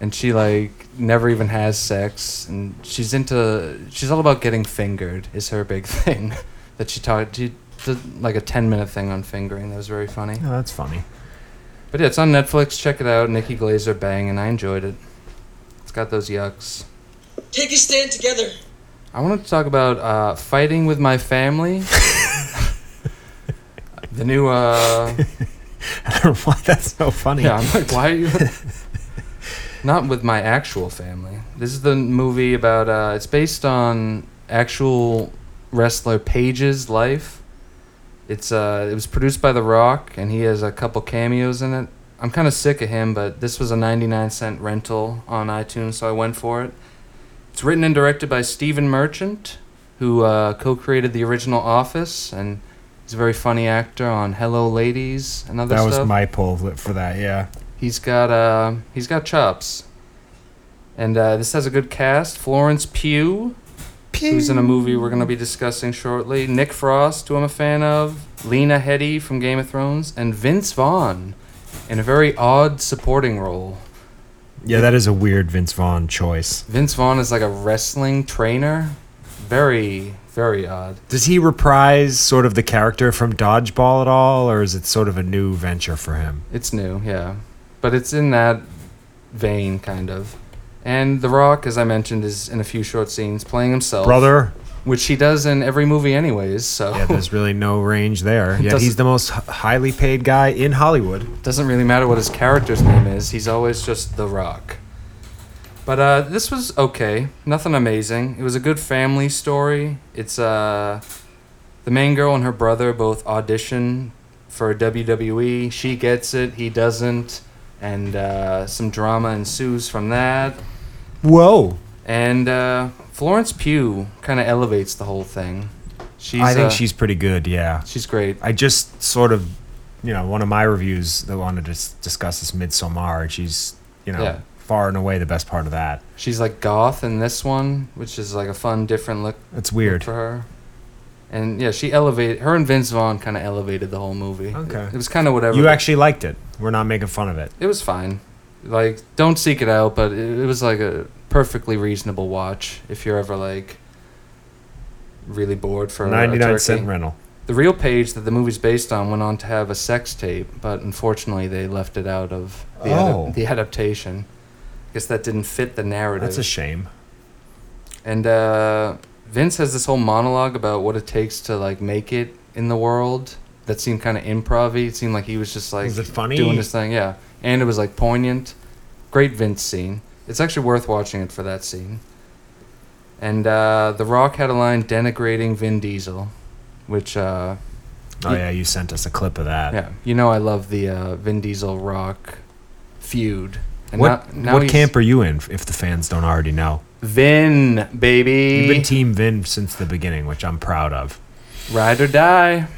Speaker 2: And she like never even has sex and she's into she's all about getting fingered is her big thing that she taught she did like a 10 minute thing on fingering that was very funny.
Speaker 1: No, that's funny.
Speaker 2: But yeah, it's on Netflix. Check it out. Nikki Glazer bang and I enjoyed it. It's got those yucks.
Speaker 5: Take a stand together.
Speaker 2: I wanted to talk about uh, fighting with my family. the new uh
Speaker 1: I don't know why that's so funny.
Speaker 2: Yeah, I'm like, why are you? Not with my actual family. This is the movie about. Uh, it's based on actual wrestler Paige's life. It's uh, it was produced by The Rock, and he has a couple cameos in it. I'm kind of sick of him, but this was a 99 cent rental on iTunes, so I went for it. It's written and directed by Stephen Merchant, who uh, co-created the original Office, and he's a very funny actor on Hello Ladies and other
Speaker 1: that
Speaker 2: stuff.
Speaker 1: was my poll for that. Yeah,
Speaker 2: He's got uh, he's got chops. And uh, this has a good cast: Florence Pugh, who's in a movie we're going to be discussing shortly. Nick Frost, who I'm a fan of. Lena Headey from Game of Thrones, and Vince Vaughn, in a very odd supporting role.
Speaker 1: yeah, that is a weird Vince Vaughn choice.
Speaker 2: Vince Vaughn is like a wrestling trainer. Very, very odd.
Speaker 1: Does he reprise sort of the character from Dodgeball at all, or is it sort of a new venture for him?
Speaker 2: It's new, yeah. But it's in that vein, kind of. And The Rock, as I mentioned, is in a few short scenes playing himself.
Speaker 1: Brother,
Speaker 2: which he does in every movie anyways so
Speaker 1: Yeah, there's really no range there. Yeah,
Speaker 2: Doesn't-
Speaker 1: he's the most h- highly paid guy in Hollywood.
Speaker 2: doesn't really matter what his character's name is he's always just the rock but uh, this was okay nothing amazing it was a good family story it's uh, the main girl and her brother both audition for wwe she gets it he doesn't and uh, some drama ensues from that
Speaker 1: Whoa!
Speaker 2: and uh, florence pugh kind of elevates the whole thing she's,
Speaker 1: I think
Speaker 2: uh,
Speaker 1: she's pretty good. Yeah,
Speaker 2: she's great
Speaker 1: I just sort of, you know, one of my reviews that wanted to s- discuss is Midsommar, and she's, you know,
Speaker 2: Yeah.
Speaker 1: far and away the best part of that.
Speaker 2: She's like goth in this one, which is like a fun, different look
Speaker 1: It's weird.
Speaker 2: for her. And yeah, she elevated her and Vince Vaughn kind of elevated the whole movie.
Speaker 1: Okay.
Speaker 2: It, was kind of whatever.
Speaker 1: You actually liked it. We're not making fun of it.
Speaker 2: it was fine. Like, don't seek it out, but it, it was like a perfectly reasonable watch if you're ever like really bored for a
Speaker 1: 99 cent
Speaker 2: turkey.
Speaker 1: rental.
Speaker 2: The real page that the movie's based on went on to have a sex tape, but unfortunately they left it out of the, adap-
Speaker 1: Oh.
Speaker 2: the adaptation. I guess that didn't fit the narrative.
Speaker 1: That's a shame.
Speaker 2: and uh, Vince has this whole monologue about what it takes to like make it in the world. That seemed kind of improv-y. It seemed like he was just like
Speaker 1: Was it funny?
Speaker 2: doing his thing. Yeah, and it was like poignant. Great Vince scene. It's actually worth watching it for that scene. And uh, The Rock had a line denigrating Vin Diesel, which uh,
Speaker 1: Oh, yeah, you sent us a clip of that.
Speaker 2: yeah, you know I love the uh, Vin Diesel Rock feud. And
Speaker 1: What,
Speaker 2: now- now
Speaker 1: what
Speaker 2: he's-
Speaker 1: camp are you in, if the fans don't already know?
Speaker 2: Vin, baby.
Speaker 1: You've been Team Vin since the beginning, which I'm proud of.
Speaker 2: Ride or die.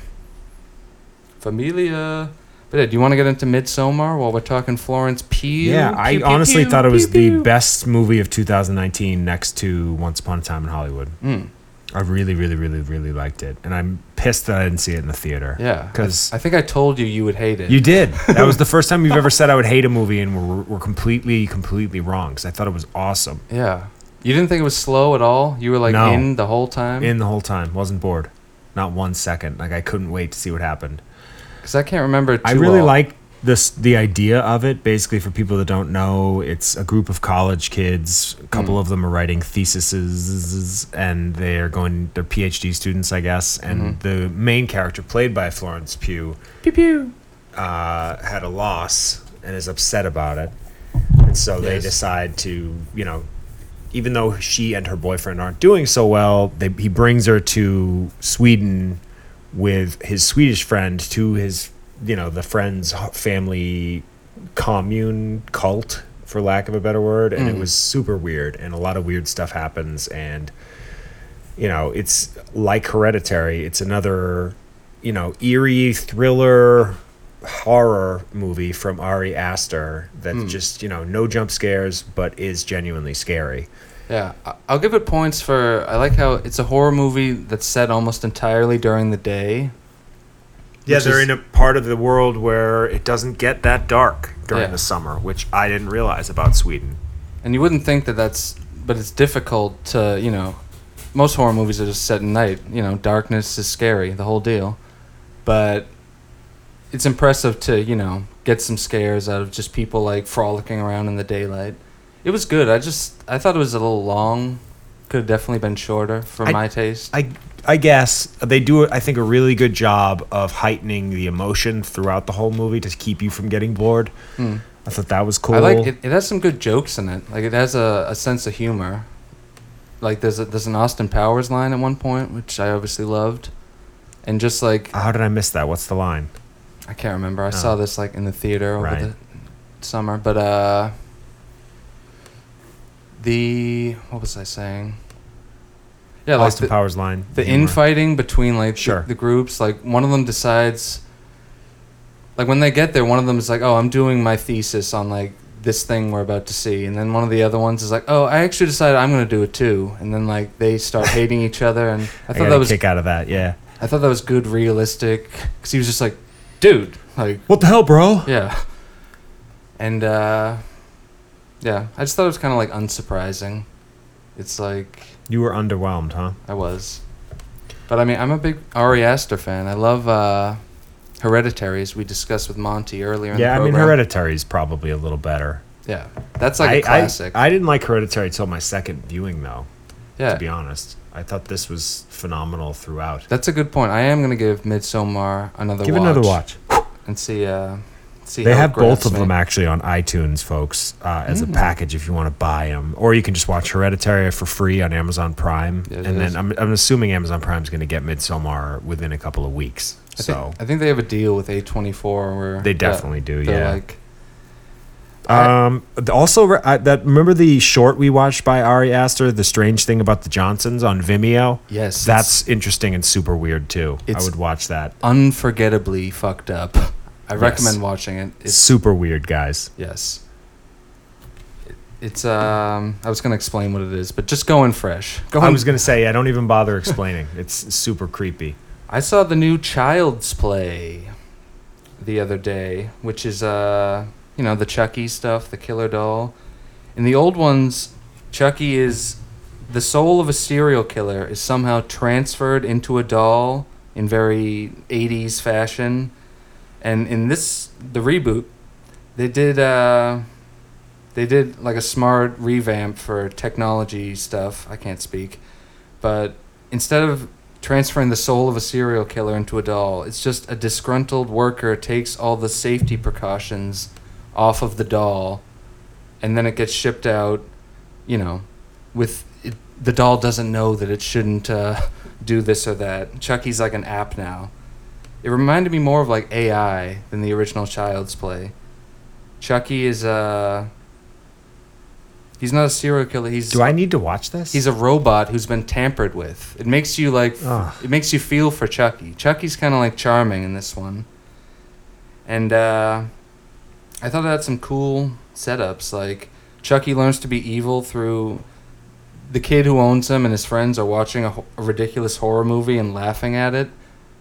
Speaker 2: Familia. But yeah, do you want to get into Midsommar while we're talking Florence Pugh?
Speaker 1: yeah, I
Speaker 2: Pew, pew,
Speaker 1: honestly
Speaker 2: pew,
Speaker 1: thought it
Speaker 2: pew,
Speaker 1: was the
Speaker 2: pew.
Speaker 1: best movie of 2019 next to Once Upon a Time in Hollywood.
Speaker 2: Mm.
Speaker 1: I really, really, really, really liked it. And I'm pissed that I didn't see it in the theater.
Speaker 2: Yeah,
Speaker 1: Because
Speaker 2: I, I think I told you you would hate it.
Speaker 1: You did. That was the first time you've ever said I would hate a movie, and we're, we're completely, completely wrong. Because I thought it was awesome
Speaker 2: yeah, you didn't think it was slow at all. You were like
Speaker 1: No.
Speaker 2: in the whole time.
Speaker 1: in the whole time. Wasn't bored, not one second. Like I couldn't wait to see what happened.
Speaker 2: because I can't remember. It
Speaker 1: I
Speaker 2: too
Speaker 1: really
Speaker 2: well.
Speaker 1: like this the idea of it. Basically, for people that don't know, it's a group of college kids. A couple
Speaker 2: Mm.
Speaker 1: of them are writing theses, and they're going. They're PhD students, I guess. And the main character, played by Florence Pugh,
Speaker 2: Mm-hmm. pew pew.
Speaker 1: uh, had a loss and is upset about it. And so they
Speaker 2: Yes.
Speaker 1: decide to, you know, even though she and her boyfriend aren't doing so well, they, he brings her to Sweden with his Swedish friend to his, you know, the friend's h- family commune cult, for lack of a better word. And it was super weird, and a lot of weird stuff happens. And you know, it's like Hereditary. It's another, you know, eerie thriller horror movie from Ari Aster that just, you know, no jump scares, but is genuinely scary.
Speaker 2: Yeah, I- I'll give it points for. I like how it's a horror movie that's set almost entirely during the day.
Speaker 1: Yeah,
Speaker 2: Which
Speaker 1: they're
Speaker 2: is-
Speaker 1: in a part of the world where it doesn't get that dark during
Speaker 2: Yeah.
Speaker 1: the summer, which I didn't realize about Sweden.
Speaker 2: And you wouldn't think that that's, but it's difficult to, you know, most horror movies are just set at night. You know, darkness is scary, the whole deal. But it's impressive to, you know, get some scares out of just people like frolicking around in the daylight. It was good. I just, I thought it was a little long. Could have definitely been shorter for
Speaker 1: I-
Speaker 2: my taste.
Speaker 1: I I guess they do I think a really good job of heightening the emotion throughout the whole movie to keep you from getting bored. I thought that was cool.
Speaker 2: Hmm. I like it. It has some good jokes in it. Like it has a, a sense of humor. Like there's a, there's an Austin Powers line at one point, which I obviously loved, and just like
Speaker 1: How did I miss that? What's the line?
Speaker 2: I can't remember. I saw this like in the theater over
Speaker 1: Oh. Right.
Speaker 2: the summer, but uh, the what was I saying? Yeah, like
Speaker 1: Austin
Speaker 2: the,
Speaker 1: Powers line.
Speaker 2: the
Speaker 1: humor.
Speaker 2: infighting between like the-
Speaker 1: Sure.
Speaker 2: the, groups like one of them decides like when they get there one of them is like oh i'm doing my thesis on like this thing we're about to see and then one of the other ones is like oh i actually decided i'm going to do it too and then like they start hating each other and i
Speaker 1: I,
Speaker 2: thought
Speaker 1: got
Speaker 2: that
Speaker 1: a
Speaker 2: was
Speaker 1: kick out of that. Yeah.
Speaker 2: i thought that was good realistic because he was just like dude like
Speaker 1: What the hell, bro?
Speaker 2: yeah and uh yeah i just thought it was kind of like unsurprising it's like
Speaker 1: You were underwhelmed, huh?
Speaker 2: I was. But I mean, I'm a big Ari Aster fan. I love uh, Hereditary, as we discussed with Monty earlier in
Speaker 1: Yeah, I
Speaker 2: the
Speaker 1: mean,
Speaker 2: program.
Speaker 1: Hereditary is probably a little better.
Speaker 2: Yeah, that's like a
Speaker 1: I- I-
Speaker 2: classic.
Speaker 1: I, didn't like Hereditary till my second viewing, though.
Speaker 2: yeah,
Speaker 1: To be honest, I thought this was phenomenal throughout.
Speaker 2: that's a good point. I am gonna give Midsommar another
Speaker 1: Give
Speaker 2: watch.
Speaker 1: another watch.
Speaker 2: and see. Uh, see
Speaker 1: They
Speaker 2: how it
Speaker 1: have both
Speaker 2: grabs
Speaker 1: of
Speaker 2: me.
Speaker 1: them actually on iTunes, folks, uh, as
Speaker 2: Mm.
Speaker 1: a package if you want to buy them, or you can just watch Hereditary for free on Amazon Prime,
Speaker 2: Yeah, it
Speaker 1: and
Speaker 2: is.
Speaker 1: then I'm, I'm assuming Amazon Prime's going to get Midsommar within a couple of weeks.
Speaker 2: I
Speaker 1: so
Speaker 2: think, I think they have a deal with A24 where
Speaker 1: They
Speaker 2: yeah,
Speaker 1: definitely do,
Speaker 2: they're
Speaker 1: yeah.
Speaker 2: like
Speaker 1: Um, th- also, re- I, that remember the short we watched by Ari Aster, the strange thing about the Johnsons on Vimeo.
Speaker 2: Yes,
Speaker 1: that's interesting and super weird too. I
Speaker 2: It's-
Speaker 1: would watch that.
Speaker 2: unforgettably fucked up. I recommend watching it. It's
Speaker 1: super weird, guys.
Speaker 2: yes. It's um. I was gonna explain what it is, but just go in fresh. Go
Speaker 1: I
Speaker 2: in-
Speaker 1: was gonna say, I don't even bother explaining. It's super creepy.
Speaker 2: I saw the new Child's Play the other day, which is uh, you know, the Chucky stuff, the killer doll. In the old ones, Chucky is the soul of a serial killer is somehow transferred into a doll in very 80s fashion. And in this the reboot, they did uh they did like a smart revamp for technology stuff. I can't speak. But instead of transferring the soul of a serial killer into a doll. It's just a disgruntled worker takes all the safety precautions off of the doll, and then it gets shipped out. You know, with it, the doll doesn't know that it shouldn't uh, do this or that. Chucky's like an app now. It reminded me more of like AI than the original Child's Play. Chucky is Uh, he's not a serial killer. He's
Speaker 1: Do I need to watch this?
Speaker 2: He's a robot who's been tampered with. It makes you like. f-
Speaker 1: Ugh.
Speaker 2: It makes you feel for Chucky. Chucky's kind of like charming in this one. And uh, I thought it had some cool setups. Like Chucky learns to be evil through the kid who owns him and his friends are watching a, ho- a ridiculous horror movie and laughing at it.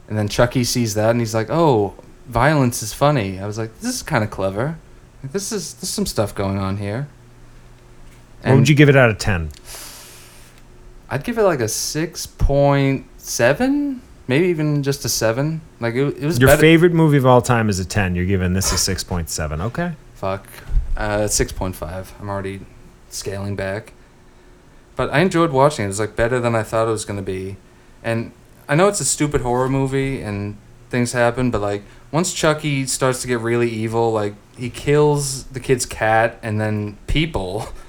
Speaker 2: And then Chucky sees that and he's like, "Oh, violence is funny." I was like, "This is kind of clever. Like, this is there's some stuff going on here."
Speaker 1: what would you give it out of ten?
Speaker 2: I'd give it like a six point seven, maybe even just a seven. Like it, it was
Speaker 1: Your
Speaker 2: better.
Speaker 1: favorite movie of all time is a ten. You're giving this a six point seven. Okay.
Speaker 2: Fuck, uh, six point five. I'm already scaling back, but I enjoyed watching it. It was like better than I thought it was gonna be, and I know it's a stupid horror movie and things happen, but like once Chucky starts to get really evil, like he kills the kid's cat and then people.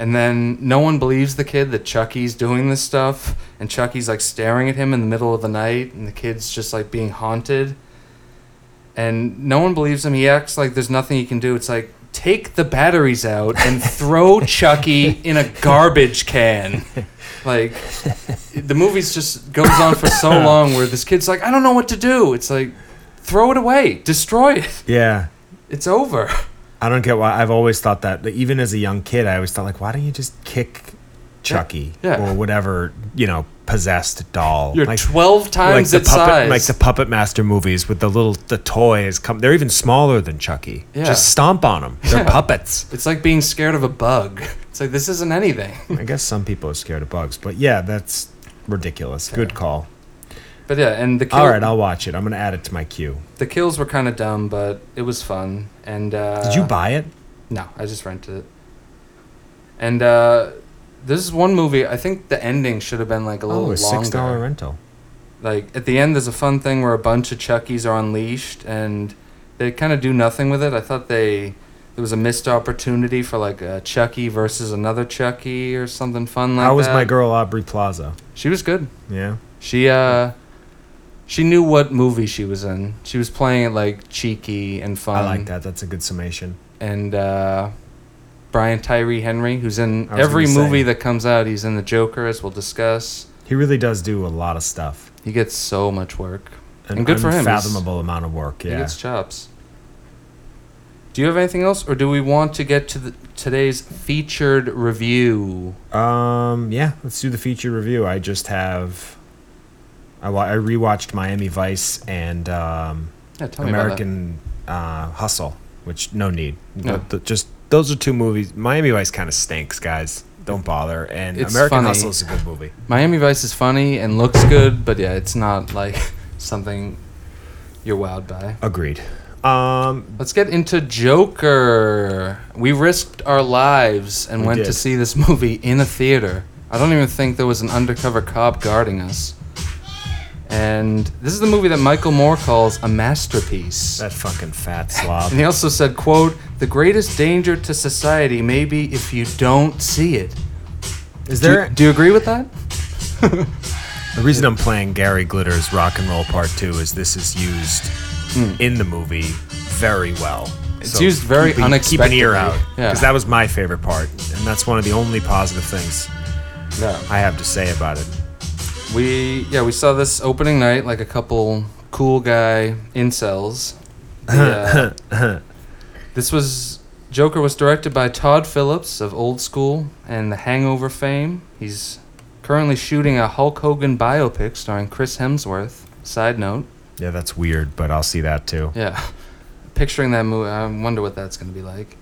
Speaker 2: And then no one believes the kid that Chucky's doing this stuff, and Chucky's like staring at him in the middle of the night, and the kid's just like being haunted. And no one believes him. He acts like there's nothing he can do. It's like, take the batteries out and throw Chucky in a garbage can. Like, the movie's just goes on for so long where this kid's like, I don't know what to do. It's like, throw it away, destroy it.
Speaker 1: Yeah.
Speaker 2: It's over.
Speaker 1: I don't get why. I've always thought that. that Even as a young kid, I always thought like, why don't you just kick Chucky
Speaker 2: Yeah.
Speaker 1: or whatever you know possessed doll?
Speaker 2: You're
Speaker 1: like,
Speaker 2: 12 times
Speaker 1: like
Speaker 2: its
Speaker 1: the puppet,
Speaker 2: size.
Speaker 1: like the Puppet Master movies with the little the toys. Come, they're even smaller than Chucky.
Speaker 2: Yeah.
Speaker 1: Just stomp on them. They're
Speaker 2: Yeah.
Speaker 1: puppets.
Speaker 2: It's like being scared of a bug. It's like this isn't anything.
Speaker 1: I guess some people are scared of bugs, but yeah, that's ridiculous. Good call.
Speaker 2: But yeah, and the kill,
Speaker 1: All right, I'll watch it. I'm gonna add it to my queue.
Speaker 2: the kills were kind of dumb, but it was fun. And uh,
Speaker 1: Did you buy it?
Speaker 2: No, I just rented it. And uh, this is one movie. I think the ending should have been like a little
Speaker 1: Oh, a
Speaker 2: longer.
Speaker 1: six dollar rental.
Speaker 2: like at the end there's a fun thing where a bunch of chuckies are unleashed and they kind of do nothing with it i thought they there was a missed opportunity for like a chucky versus another chucky or something fun like
Speaker 1: How was
Speaker 2: that.
Speaker 1: my girl Aubrey Plaza?
Speaker 2: she was good
Speaker 1: Yeah.
Speaker 2: she uh she knew what movie she was in she was playing it like cheeky and fun
Speaker 1: I like that. That's a good summation.
Speaker 2: and uh brian tyree henry who's in
Speaker 1: I was
Speaker 2: every
Speaker 1: gonna say.
Speaker 2: movie that comes out he's in the joker as we'll discuss
Speaker 1: He really does do a lot of stuff.
Speaker 2: he gets so much work and good for him He's-
Speaker 1: Fathomable amount of work.
Speaker 2: He
Speaker 1: Yeah.
Speaker 2: gets chops. Do you have anything else, or do we want to get to the, today's featured review?
Speaker 1: Um. Yeah. Let's do the feature review. I just have. I wa- I rewatched Miami Vice and um,
Speaker 2: Yeah, tell me about
Speaker 1: American uh, Hustle, which no need.
Speaker 2: No.
Speaker 1: Th- th- just those are two movies. Miami Vice kind of stinks, guys. Don't bother. And
Speaker 2: It's
Speaker 1: American
Speaker 2: funny.
Speaker 1: Hustle is a good movie.
Speaker 2: that. Miami Vice is funny and looks good, but yeah, it's not like something you're wowed by.
Speaker 1: Agreed. Um,
Speaker 2: Let's get into Joker. We risked our lives and
Speaker 1: We
Speaker 2: went to
Speaker 1: did.
Speaker 2: see this movie in a theater. I don't even think there was an undercover cop guarding us. And this is the movie that Michael Moore calls a masterpiece.
Speaker 1: that fucking fat slob.
Speaker 2: And he also said, quote, the greatest danger to society may be if you don't see it.
Speaker 1: Is
Speaker 2: Do you,
Speaker 1: there
Speaker 2: do you agree with that?
Speaker 1: the reason I'm playing Gary Glitter's Rock and Roll Part Two is this is used in the movie very well.
Speaker 2: Hmm. It's used very
Speaker 1: keep, an- Keep an ear
Speaker 2: unexpectedly.
Speaker 1: out
Speaker 2: Yeah.
Speaker 1: because that was my favorite part, and that's one of the only positive things
Speaker 2: No.
Speaker 1: I have to say about it.
Speaker 2: We yeah, we saw this opening night like a couple cool guy incels. The, uh, this was Joker was directed by Todd Phillips of Old School and The Hangover fame. He's currently shooting a Hulk Hogan biopic starring Chris Hemsworth. Side note.
Speaker 1: Yeah, that's weird, but I'll see that too.
Speaker 2: Yeah. Picturing that movie, I wonder what that's going to be like.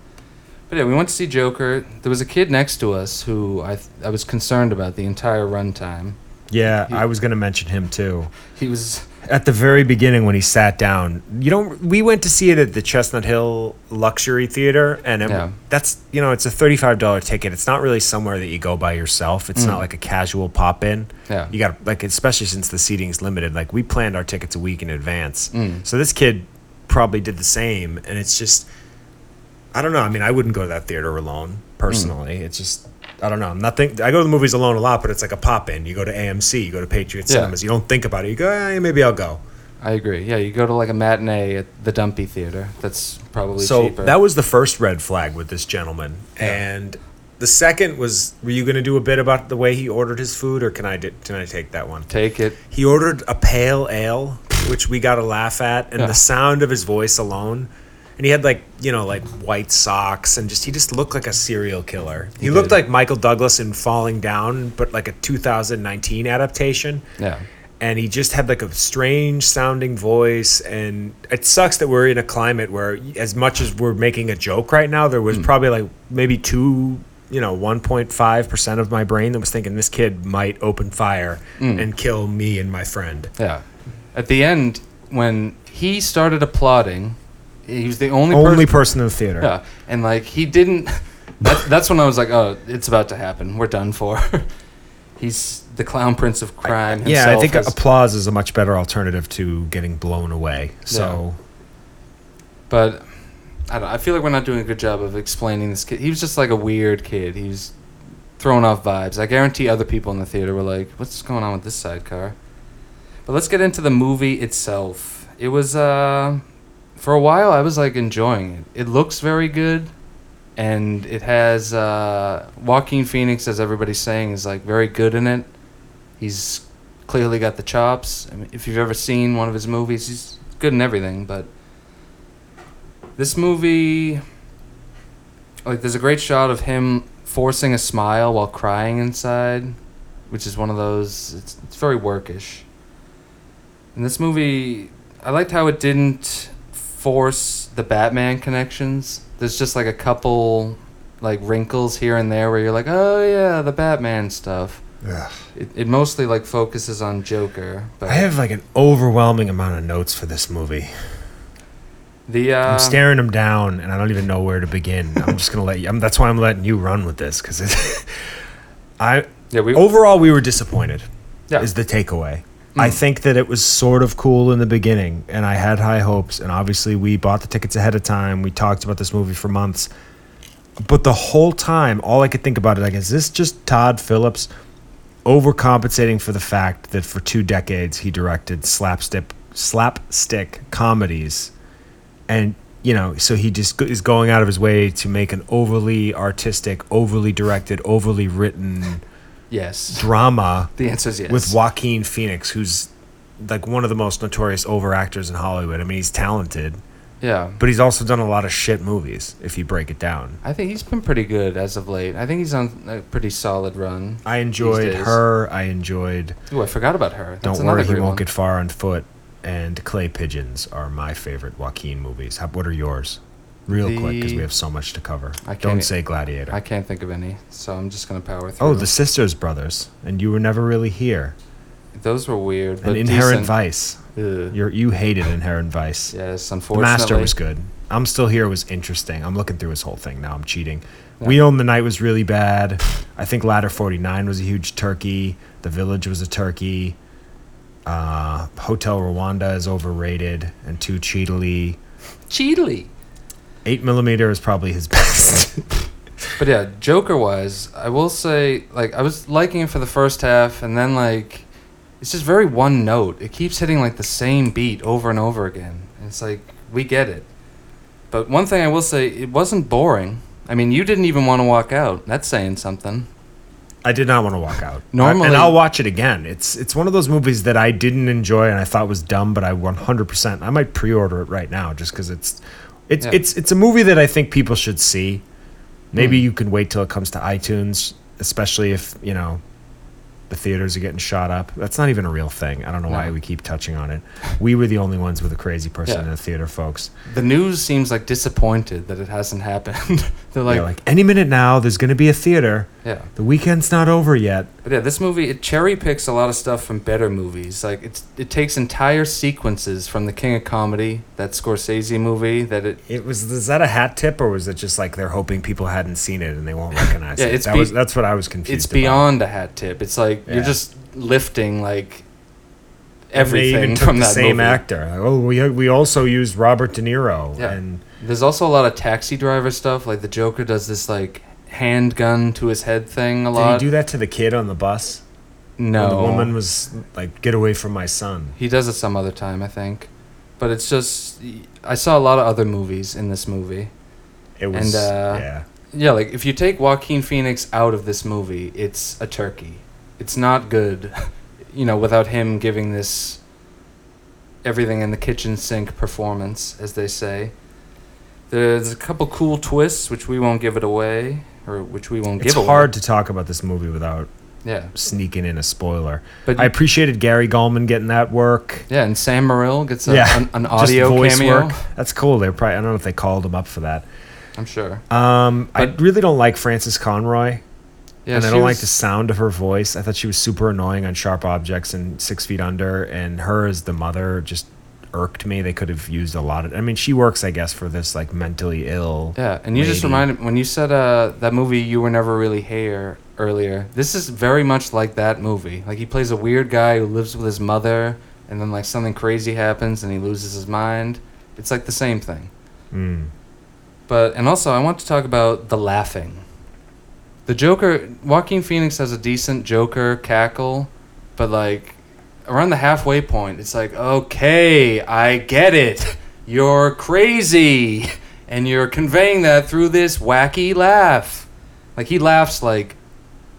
Speaker 2: But yeah, we went to see Joker. There was a kid next to us who I, th- I was concerned about the entire runtime.
Speaker 1: Yeah, I was gonna mention him too.
Speaker 2: He was.
Speaker 1: At the very beginning, when he sat down, you know, we went to see it at the Chestnut Hill Luxury Theater, and it,
Speaker 2: Yeah.
Speaker 1: that's you know, it's a thirty-five dollar ticket. It's not really somewhere that you go by yourself. It's not like a casual pop-in.
Speaker 2: Mm. Yeah.
Speaker 1: you got like, especially since the seating is limited. Like we planned our tickets a week in advance,
Speaker 2: Mm.
Speaker 1: so this kid probably did the same. And it's just, I don't know. I mean, I wouldn't go to that theater alone personally. It's just. I don't know. Nothing. I go to the movies alone a lot, but it's like a pop in. You go to AMC, you go to Patriot
Speaker 2: Yeah.
Speaker 1: Cinemas. You don't think about it. You go, eh, maybe I'll go.
Speaker 2: I agree. Yeah, you go to like a matinee at the Dumpy Theater. That's probably
Speaker 1: So
Speaker 2: cheaper.
Speaker 1: that was the first red flag with this gentleman, and the second was: Were you going to do a bit about the way he ordered his food, or can I di- can I take that one?
Speaker 2: Take it.
Speaker 1: He ordered a pale ale, which we got a laugh at, and
Speaker 2: Yeah.
Speaker 1: the sound of his voice alone. And he had like you know like white socks, and just he just looked like a serial killer. He, looked
Speaker 2: did.
Speaker 1: like Michael Douglas in Falling Down, but like a 2019 adaptation
Speaker 2: Yeah.
Speaker 1: and he just had like a strange sounding voice and it sucks that we're in a climate where as much as we're making a joke right now there
Speaker 2: Hmm.
Speaker 1: was probably like maybe two you know 1.5% of my brain that was thinking this kid might open fire
Speaker 2: Hmm.
Speaker 1: and kill me and my friend
Speaker 2: Yeah. At the end, when he started applauding, he was the only,
Speaker 1: only
Speaker 2: person.
Speaker 1: person in the theater
Speaker 2: Yeah, and like he didn't. That, that's when I was like, "Oh, it's about to happen. We're done for." He's the clown prince of crime.
Speaker 1: Yeah, I
Speaker 2: himself
Speaker 1: think
Speaker 2: is-
Speaker 1: applause is a much better alternative to getting blown away. So
Speaker 2: but I don't. I feel like we're not doing a good job of explaining this kid. He was just like a weird kid. He was throwing off vibes. I guarantee other people in the theater were like, "What's going on with this sidecar?" But let's get into the movie itself. It was uh, for a while I was like enjoying it. It looks very good, and it has uh, Joaquin Phoenix, as everybody's saying, is like very good in it. He's clearly got the chops. I mean, if you've ever seen one of his movies, he's good in everything, but this movie like there's a great shot of him forcing a smile while crying inside which is one of those it's, it's very workish and this movie i liked how it didn't force the batman connections there's just like a couple like wrinkles here and there where you're like oh yeah the batman stuff it, it mostly like focuses on joker but
Speaker 1: I have like an overwhelming amount of notes for this movie.
Speaker 2: the uh,
Speaker 1: I'm staring him down, and I don't even know where to begin. I'm just gonna let you. I'm, that's why I'm letting you run with this because I
Speaker 2: yeah we
Speaker 1: overall we were disappointed.
Speaker 2: Yeah. Mm.
Speaker 1: Is the takeaway? I think that it was sort of cool in the beginning, and I had high hopes. And obviously, we bought the tickets ahead of time. We talked about this movie for months, but the whole time, all I could think about it like, is this just Todd Phillips overcompensating for the fact that for two decades he directed slapstick slapstick comedies? and you know so he just go- is going out of his way to make an overly artistic overly directed overly written
Speaker 2: yes
Speaker 1: drama
Speaker 2: the answer is yes
Speaker 1: with joaquin phoenix who's like one of the most notorious over actors in hollywood i mean he's talented
Speaker 2: yeah
Speaker 1: but he's also done a lot of shit movies if you break it down
Speaker 2: I think he's been pretty good as of late. I think he's on a pretty solid run.
Speaker 1: i enjoyed
Speaker 2: These days.
Speaker 1: her i enjoyed
Speaker 2: Ooh, I forgot about her. That's
Speaker 1: don't worry he
Speaker 2: another great
Speaker 1: won't
Speaker 2: one.
Speaker 1: get far on foot and clay pigeons are my favorite joaquin movies How, what are yours real quick, 'cause quick because
Speaker 2: The-
Speaker 1: we have so much to cover
Speaker 2: I can't
Speaker 1: don't
Speaker 2: e-
Speaker 1: say gladiator
Speaker 2: I can't think of any, so I'm just gonna power through.
Speaker 1: Oh, the Sisters Brothers, and you were never really here.
Speaker 2: those were weird.
Speaker 1: And
Speaker 2: But
Speaker 1: Inherent
Speaker 2: decent.
Speaker 1: Vice,
Speaker 2: Ugh.
Speaker 1: you you hated Inherent Vice.
Speaker 2: Yes,
Speaker 1: the
Speaker 2: unfortunately.
Speaker 1: Master was good. I'm still here was interesting. I'm looking through his whole thing now. I'm cheating. We Own the Night was really bad. I think Ladder 49 was a huge turkey. The Village was a turkey. Uh, Hotel Rwanda is overrated and too cheatily.
Speaker 2: Cheatily.
Speaker 1: Eight millimeter is probably his best.
Speaker 2: But yeah, Joker wise, I will say like I was liking it for the first half, and then like it's just very one note. It keeps hitting like the same beat over and over again. And it's like we get it. But one thing I will say, it wasn't boring. I mean, you didn't even want to walk out. That's saying something.
Speaker 1: I did not want to walk out.
Speaker 2: Normally-
Speaker 1: and I'll watch it again. It's it's one of those movies that I didn't enjoy and I thought was dumb, but I 100%. I might pre-order it right now just cuz it's It's
Speaker 2: Yeah.
Speaker 1: it's it's a movie that I think people should see. Maybe you can wait till it comes to iTunes, especially if you know the theaters are getting shot up. That's not even a real thing. I don't know why
Speaker 2: No.
Speaker 1: we keep touching on it. We were the only ones with a crazy person
Speaker 2: Yeah.
Speaker 1: in the theater, folks.
Speaker 2: The news seems like disappointed that it hasn't happened. They're like,
Speaker 1: They're like any minute now, there's going to be a theater.
Speaker 2: yeah.
Speaker 1: The weekend's not over yet.
Speaker 2: But yeah, this movie it cherry picks a lot of stuff from better movies. Like it's it takes entire sequences from The King of Comedy, that Scorsese movie, that it
Speaker 1: It was is that a hat tip or was it just like they're hoping people hadn't seen it and they won't recognize
Speaker 2: Yeah,
Speaker 1: it?
Speaker 2: it's
Speaker 1: that
Speaker 2: be-
Speaker 1: was, that's what I was confused.
Speaker 2: it's
Speaker 1: about.
Speaker 2: beyond a hat tip. It's like
Speaker 1: Yeah.
Speaker 2: you're just lifting like
Speaker 1: And
Speaker 2: everything
Speaker 1: they even took
Speaker 2: from
Speaker 1: the
Speaker 2: that
Speaker 1: same
Speaker 2: movie.
Speaker 1: actor. Oh, we we also used Robert De Niro
Speaker 2: Yeah.
Speaker 1: and
Speaker 2: There's also a lot of taxi driver stuff. Like the Joker does this like handgun to his head thing a
Speaker 1: Did he
Speaker 2: lot.
Speaker 1: do that to the kid on the bus?
Speaker 2: no,
Speaker 1: When the woman was like, "Get away from my son."
Speaker 2: He does it some other time, I think. But it's just I saw a lot of other movies in this movie.
Speaker 1: It was
Speaker 2: And, uh,
Speaker 1: yeah.
Speaker 2: Yeah, like if you take Joaquin Phoenix out of this movie, it's a turkey. It's not good, you know, without him giving this everything in the kitchen sink performance, as they say. There's a couple cool twists which we won't give it away, or which we won't
Speaker 1: It's
Speaker 2: give
Speaker 1: hard to talk about this movie without
Speaker 2: away. Yeah,
Speaker 1: sneaking in a spoiler.
Speaker 2: but
Speaker 1: I appreciated Gary Gallman getting that work.
Speaker 2: yeah, and Sam Morril gets a,
Speaker 1: yeah,
Speaker 2: an, an
Speaker 1: Just
Speaker 2: audio
Speaker 1: voice
Speaker 2: cameo.
Speaker 1: work. That's cool. They're probably I don't know if they called him up for that.
Speaker 2: I'm sure.
Speaker 1: Um, I
Speaker 2: But-
Speaker 1: really don't like Frances Conroy,
Speaker 2: Yeah,
Speaker 1: and I
Speaker 2: she
Speaker 1: don't like
Speaker 2: was-
Speaker 1: the sound of her voice. I thought she was super annoying on Sharp Objects and Six Feet Under, and her as the mother just irked me. They could have used a lot of. I mean, she works, I guess, for this like mentally ill.
Speaker 2: Yeah, and you just
Speaker 1: lady.
Speaker 2: reminded when you said uh, that movie you were never really here earlier. This is very much like that movie. Like he plays a weird guy who lives with his mother, and then like something crazy happens and he loses his mind. It's like the same thing.
Speaker 1: Mm.
Speaker 2: But and also I want to talk about the laughing. The Joker, Joaquin Phoenix has a decent Joker cackle, but like around the halfway point, it's like, okay, I get it. You're crazy, and you're conveying that through this wacky laugh. Like he laughs like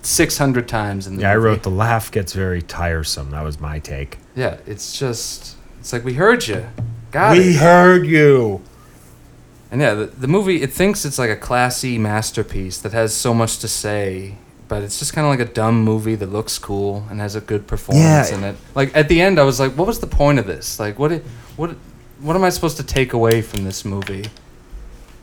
Speaker 2: six hundred times in the
Speaker 1: Yeah, I
Speaker 2: movie.
Speaker 1: wrote the laugh gets very tiresome. That was my take.
Speaker 2: Yeah, it's just it's like we heard you, got it.
Speaker 1: heard you.
Speaker 2: And yeah, the, the movie it thinks it's like a classy masterpiece that has so much to say, but it's just kind of like a dumb movie that looks cool and has a good performance
Speaker 1: Yeah.
Speaker 2: in it. Like at the end, I was like, what was the point of this? Like, what, i- what, what am I supposed to take away from this movie?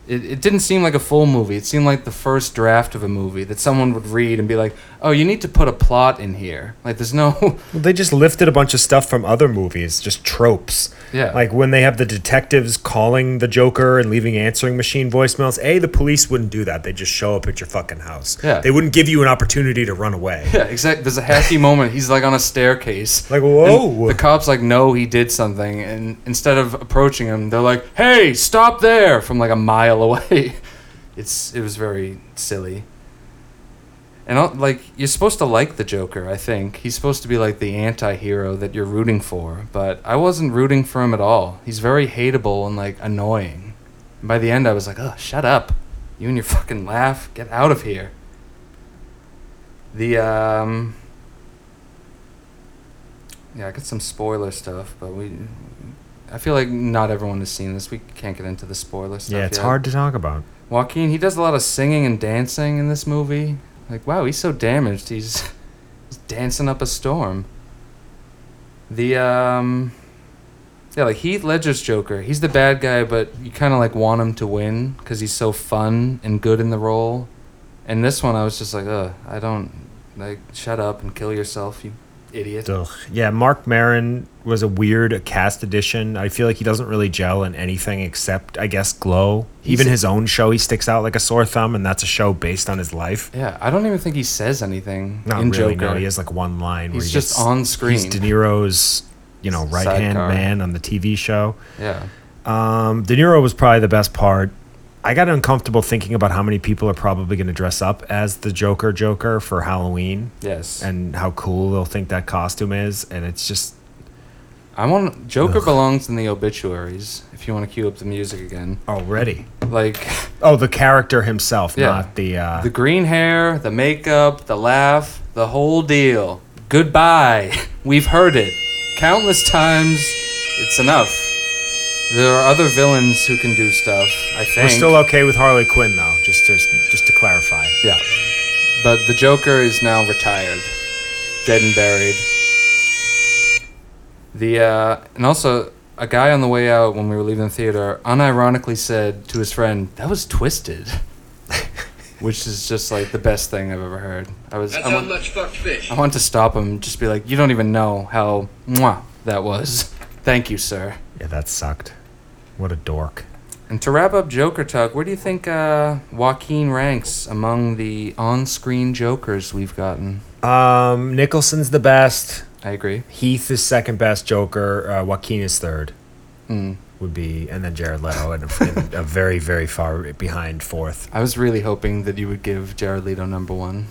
Speaker 2: It, it didn't seem like a full movie. It seemed like the first draft of a movie that someone would read and be like, "Oh, you need to put a plot in here." Like, there's no,
Speaker 1: Well, they just lifted a bunch of stuff from other movies, just tropes.
Speaker 2: yeah,
Speaker 1: Like when they have the detectives calling the Joker and leaving answering machine voicemails. A, the police wouldn't do that. They just show up at your fucking house.
Speaker 2: Yeah.
Speaker 1: They wouldn't give you an opportunity to run away.
Speaker 2: Yeah, exactly. There's a happy moment. He's like on a staircase.
Speaker 1: Like, whoa.
Speaker 2: And the cop's like, no, he did something. And instead of approaching him, they're like, hey, stop there from like a mile away. It's It was very silly. And I'll- like, you're supposed to like the Joker, I think. He's supposed to be like the anti hero that you're rooting for. But I wasn't rooting for him at all. He's very hateable and like annoying. And by the end, I was like, oh, shut up. You and your fucking laugh. Get out of here. The um Yeah, I got some spoiler stuff, but we I feel like not everyone has seen this. We can't get into the spoiler stuff.
Speaker 1: yeah, it's
Speaker 2: yet.
Speaker 1: hard to talk about.
Speaker 2: Joaquin, he does a lot of singing and dancing in this movie. Like, wow, he's so damaged. He's, he's dancing up a storm. The um yeah, like Heath Ledger's Joker. He's the bad guy, but you kind of like want him to win because he's so fun and good in the role. And this one, I was just like, ugh, I don't like shut up and kill yourself, you idiot.
Speaker 1: Ugh. Yeah, Mark Marin was a weird cast addition. I feel like he doesn't really gel in anything except, I guess, Glow. Even his own show, he sticks out like a sore thumb, and that's a show based on his life.
Speaker 2: Yeah, I don't even think he says anything
Speaker 1: Not
Speaker 2: in
Speaker 1: really.
Speaker 2: Joker.
Speaker 1: No, he has like one line. where
Speaker 2: He's
Speaker 1: he
Speaker 2: just
Speaker 1: gets-
Speaker 2: on screen.
Speaker 1: He's De Niro's, you know, right hand
Speaker 2: Sidecar.
Speaker 1: man on the TV show.
Speaker 2: yeah.
Speaker 1: Um, De Niro was probably the best part. I got uncomfortable thinking about how many people are probably going to dress up as the Joker Joker for Halloween
Speaker 2: Yes.
Speaker 1: and how cool they'll think that costume is. And it's just,
Speaker 2: I want Joker belongs in the obituaries. If you want to cue up the music again,
Speaker 1: already.
Speaker 2: like
Speaker 1: Oh, the character himself,
Speaker 2: Yeah.
Speaker 1: not the. Uh,
Speaker 2: the green hair, the makeup, the laugh, the whole deal. Goodbye. We've heard it countless times. It's enough. There are other villains who can do stuff. I think.
Speaker 1: We're still okay with Harley Quinn though, just to just to clarify.
Speaker 2: Yeah. But the Joker is now retired, dead and buried. The uh, and also a guy on the way out when we were leaving the theater unironically said to his friend, "That was twisted," which is just like the best thing I've ever heard. I was
Speaker 4: That's
Speaker 2: I
Speaker 4: how
Speaker 2: want,
Speaker 4: much fucked fish.
Speaker 2: I want to stop him, and just be like, "You don't even know how mwah that was." Thank you, sir.
Speaker 1: Yeah, that sucked. What a dork.
Speaker 2: And to wrap up Joker talk, where do you think uh, Joaquin ranks among the on-screen Jokers we've gotten?
Speaker 1: Um, Nicholson's the best.
Speaker 2: I agree.
Speaker 1: Heath is second best Joker. Uh, Joaquin is third.
Speaker 2: Mm.
Speaker 1: Would be, and then Jared Leto, and a, and a very, very far behind fourth.
Speaker 2: I was really hoping that you would give Jared Leto number one.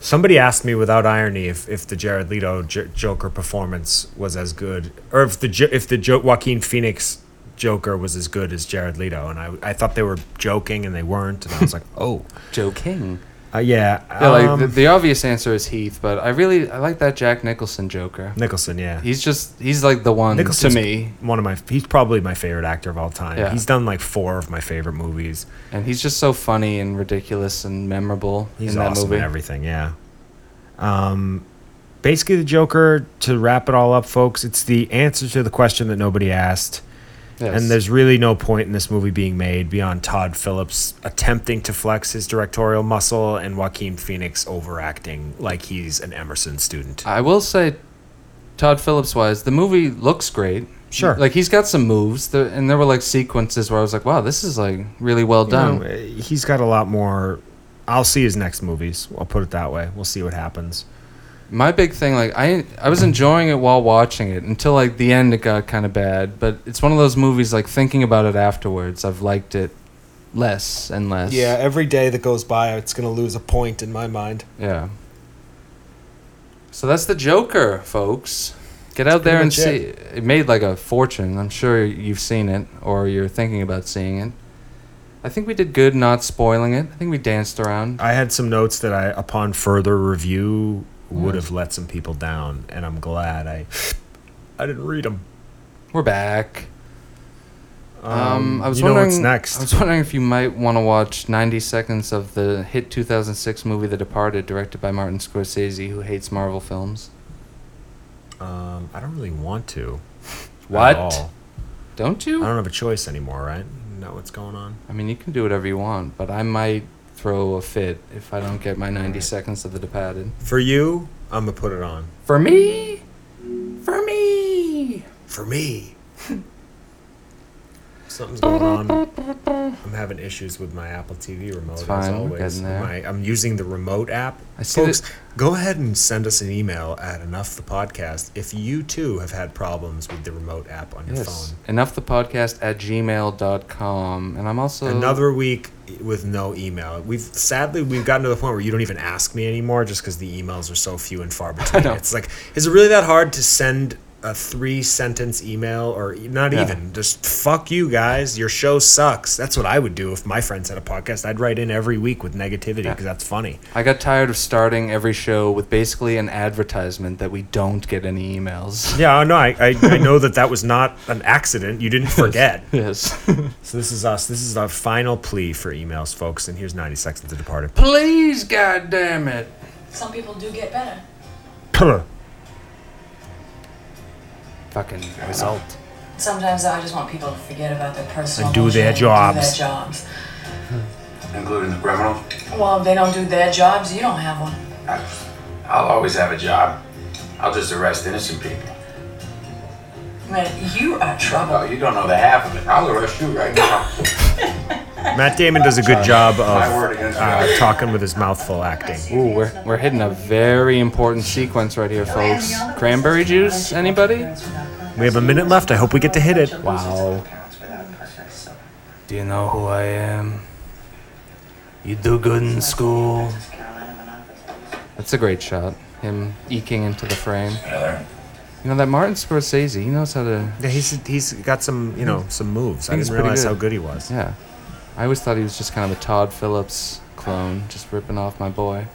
Speaker 1: Somebody asked me without irony if, if the Jared Leto J- Joker performance was as good, or if the jo- if the jo- Joaquin Phoenix Joker was as good as Jared Leto, and I I thought they were joking and they weren't, and I was like, oh,
Speaker 2: Joe King.
Speaker 1: uh, yeah,
Speaker 2: Yeah, like the,
Speaker 1: um,
Speaker 2: the obvious answer is Heath, but I really I like that Jack Nicholson Joker.
Speaker 1: Nicholson, yeah,
Speaker 2: He's just he's like the one to
Speaker 1: Nicholson's
Speaker 2: me,
Speaker 1: one of my he's probably my favorite actor of all time.
Speaker 2: Yeah.
Speaker 1: He's done like four of my favorite movies.
Speaker 2: and he's just so funny and ridiculous and memorable
Speaker 1: He's
Speaker 2: in that
Speaker 1: awesome
Speaker 2: movie.
Speaker 1: in everything, yeah. Um, basically, the Joker. To wrap it all up, folks, it's the answer to the question that nobody asked.
Speaker 2: Yes.
Speaker 1: And there's really no point in this movie being made beyond Todd Phillips attempting to flex his directorial muscle and Joaquin Phoenix overacting like he's an Emerson
Speaker 9: Uh,
Speaker 1: student.
Speaker 2: I will say, Todd Phillips wise, the movie looks great.
Speaker 1: Sure.
Speaker 2: like he's got some moves, there, and there were like sequences where I was like, wow, this is like really well done.
Speaker 1: Um, he's got a lot more. I'll see his next movies. I'll put it that way. We'll see what happens.
Speaker 2: My big thing, like I, I was enjoying it while watching it until like the end, it got kind of bad. But it's one of those movies, like thinking about it afterwards, I've liked it less and less.
Speaker 9: every day that goes by, it's going to lose a point in my mind.
Speaker 2: yeah. So that's the Joker, folks. Get out there and
Speaker 9: much
Speaker 2: see. It made like a fortune. I'm sure you've seen it or you're thinking about seeing it. I think we did good not spoiling it. I think we danced around.
Speaker 1: I had some notes that I, upon further review,
Speaker 2: Hmm.
Speaker 1: would have let some people down, and I'm glad I, I didn't read them.
Speaker 2: We're back. Um, I was
Speaker 1: you know
Speaker 2: wondering,
Speaker 1: what's next.
Speaker 2: I was wondering if you might want to watch 90 seconds of the hit 2006 movie The Departed, directed by Martin Scorsese, who hates Marvel films.
Speaker 1: Um, I don't really want to. at
Speaker 2: What?
Speaker 1: all.
Speaker 2: Don't
Speaker 1: I
Speaker 2: you? I,
Speaker 1: don't have a choice anymore, right? Isn't that what's going on?
Speaker 2: mean, you can do whatever you want, but I might throw a fit if I don't get my 90 seconds of The Departed.
Speaker 1: For you, I'm gonna put it on.
Speaker 2: For me? For me!
Speaker 1: For me, something's going on. I'm having issues with my Apple TV remote
Speaker 2: fine,
Speaker 1: as
Speaker 2: we're
Speaker 1: always.
Speaker 2: getting there.
Speaker 1: My, I'm using the remote app.
Speaker 2: I see
Speaker 1: Folks,
Speaker 2: that-
Speaker 1: go ahead and send us an email at enough the podcast if you too have had problems with the remote app on your
Speaker 2: Yes.
Speaker 1: phone.
Speaker 2: Enough the podcast at gmail.com. And I'm also.
Speaker 1: Another week with no email. We've sadly we've gotten to the point where you don't even ask me anymore, just because the emails are so few and far between.
Speaker 2: know.
Speaker 1: It's like, is it really that hard to send a three sentence email, or e- not
Speaker 2: Yeah.
Speaker 1: even just fuck you guys? Your show sucks. That's what I would do if my friends had a podcast. I'd write in every week with negativity because that's funny.
Speaker 2: I got tired of starting every show with basically an advertisement that we don't get any emails.
Speaker 1: Yeah, no, I I, I know that that was not an accident. You didn't forget.
Speaker 2: Yes.
Speaker 1: so this is us. This is our final plea for emails, folks. And here's ninety seconds to departed.
Speaker 2: Please, goddamn it.
Speaker 10: Some people do get better.
Speaker 2: Fucking result.
Speaker 10: Sometimes I just want people to forget about their personal
Speaker 1: do their
Speaker 10: bullshit and
Speaker 1: jobs.
Speaker 10: Do their jobs.
Speaker 11: including the criminal.
Speaker 10: Well, if they don't do their jobs, you don't have one.
Speaker 11: I- I'll always have a job. I'll just arrest innocent people.
Speaker 10: Man, you are trouble.
Speaker 11: Oh, you don't know the half of it. I'll arrest you right now.
Speaker 1: Matt Damon does a good job of
Speaker 11: My word against
Speaker 1: uh,
Speaker 11: yours.
Speaker 1: talking with his mouth full acting.
Speaker 2: Ooh, we're, we're hitting a very important sequence right here, folks. Cranberry juice, anybody?
Speaker 1: We have a minute left. I hope we get to hit it.
Speaker 2: Wow. Do you know who I am? You do good in school. That's a great shot. Him eking into the frame. You know, that Martin Scorsese, he knows how to
Speaker 1: Yeah, he's he's got some you know some moves. I
Speaker 2: He's
Speaker 1: didn't
Speaker 2: pretty
Speaker 1: realize
Speaker 2: good.
Speaker 1: how good he was.
Speaker 2: Yeah. I always thought he was just kind of a Todd Phillips clone, just ripping off my boy.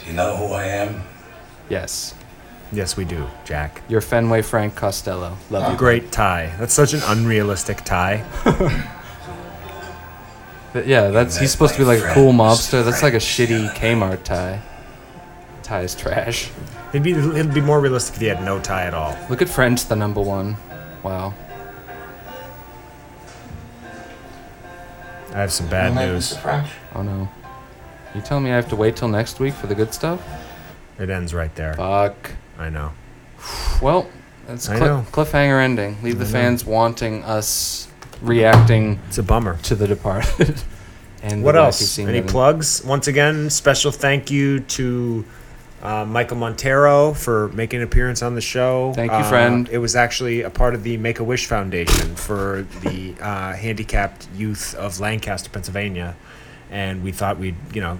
Speaker 11: Do you know who I am?
Speaker 2: Yes.
Speaker 1: Yes, we do, Jack.
Speaker 2: You're Fenway Frank Costello. Love you.
Speaker 1: Great tie. That's such an unrealistic tie.
Speaker 2: But yeah, that's he's supposed to be like a cool mobster. That's like a shitty Kmart tie. Tie is trash.
Speaker 1: It'd be it'd be more realistic if he had no tie at all.
Speaker 2: Look at French, the number one. Wow.
Speaker 1: I have some bad news.
Speaker 11: French.
Speaker 2: Oh no. You telling me I have to wait till next week for the good stuff?
Speaker 1: It ends right there.
Speaker 2: Fuck.
Speaker 1: I know.
Speaker 2: Well, that's
Speaker 1: I
Speaker 2: cli
Speaker 1: know.
Speaker 2: cliffhanger ending. Leave the fans wanting us reacting
Speaker 1: It's a bummer.
Speaker 2: to The Departed. and
Speaker 1: What
Speaker 2: the wacky
Speaker 1: else?
Speaker 2: scene
Speaker 1: Any
Speaker 2: that-
Speaker 1: plugs? Once again, special thank you to uh, Michael Montero for making an appearance on the show.
Speaker 2: Thank you,
Speaker 1: Uh,
Speaker 2: friend.
Speaker 1: It was actually a part of the Make a Wish Foundation for the uh, handicapped youth of Lancaster, Pennsylvania, and we thought we'd you know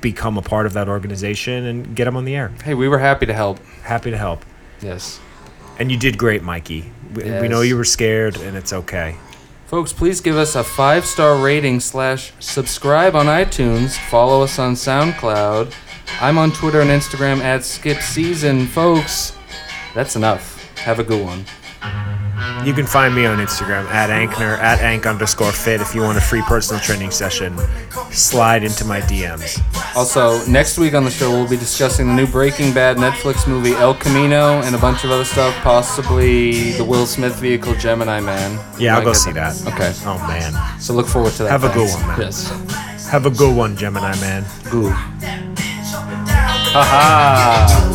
Speaker 1: become a part of that organization and get them on the air.
Speaker 2: Hey, we were happy to help.
Speaker 1: Happy to help.
Speaker 2: Yes.
Speaker 1: And you did great, Mikey. We, we know
Speaker 2: Yes.
Speaker 1: you were scared, and it's okay.
Speaker 2: Folks, please give us a five star rating slash subscribe on iTunes. Follow us on SoundCloud. I'm on Twitter and Instagram at Skip Season. Folks, that's enough. Have a good one.
Speaker 1: You can find me on Instagram at Ankner, at Ank underscore fit if you want a free personal training session. Slide into my DMs.
Speaker 2: Also, next week on the show, we'll be discussing the new Breaking Bad Netflix movie El Camino and a bunch of other stuff, possibly the Will Smith vehicle Gemini Man.
Speaker 1: Yeah, I'll
Speaker 2: Like
Speaker 1: go
Speaker 2: it.
Speaker 1: see that.
Speaker 2: Okay.
Speaker 1: Oh, man.
Speaker 2: So look forward to that.
Speaker 1: Have a good
Speaker 2: folks.
Speaker 1: one, man.
Speaker 2: Yes.
Speaker 1: Have a good one, Gemini man.
Speaker 2: Good.
Speaker 12: Ha ha.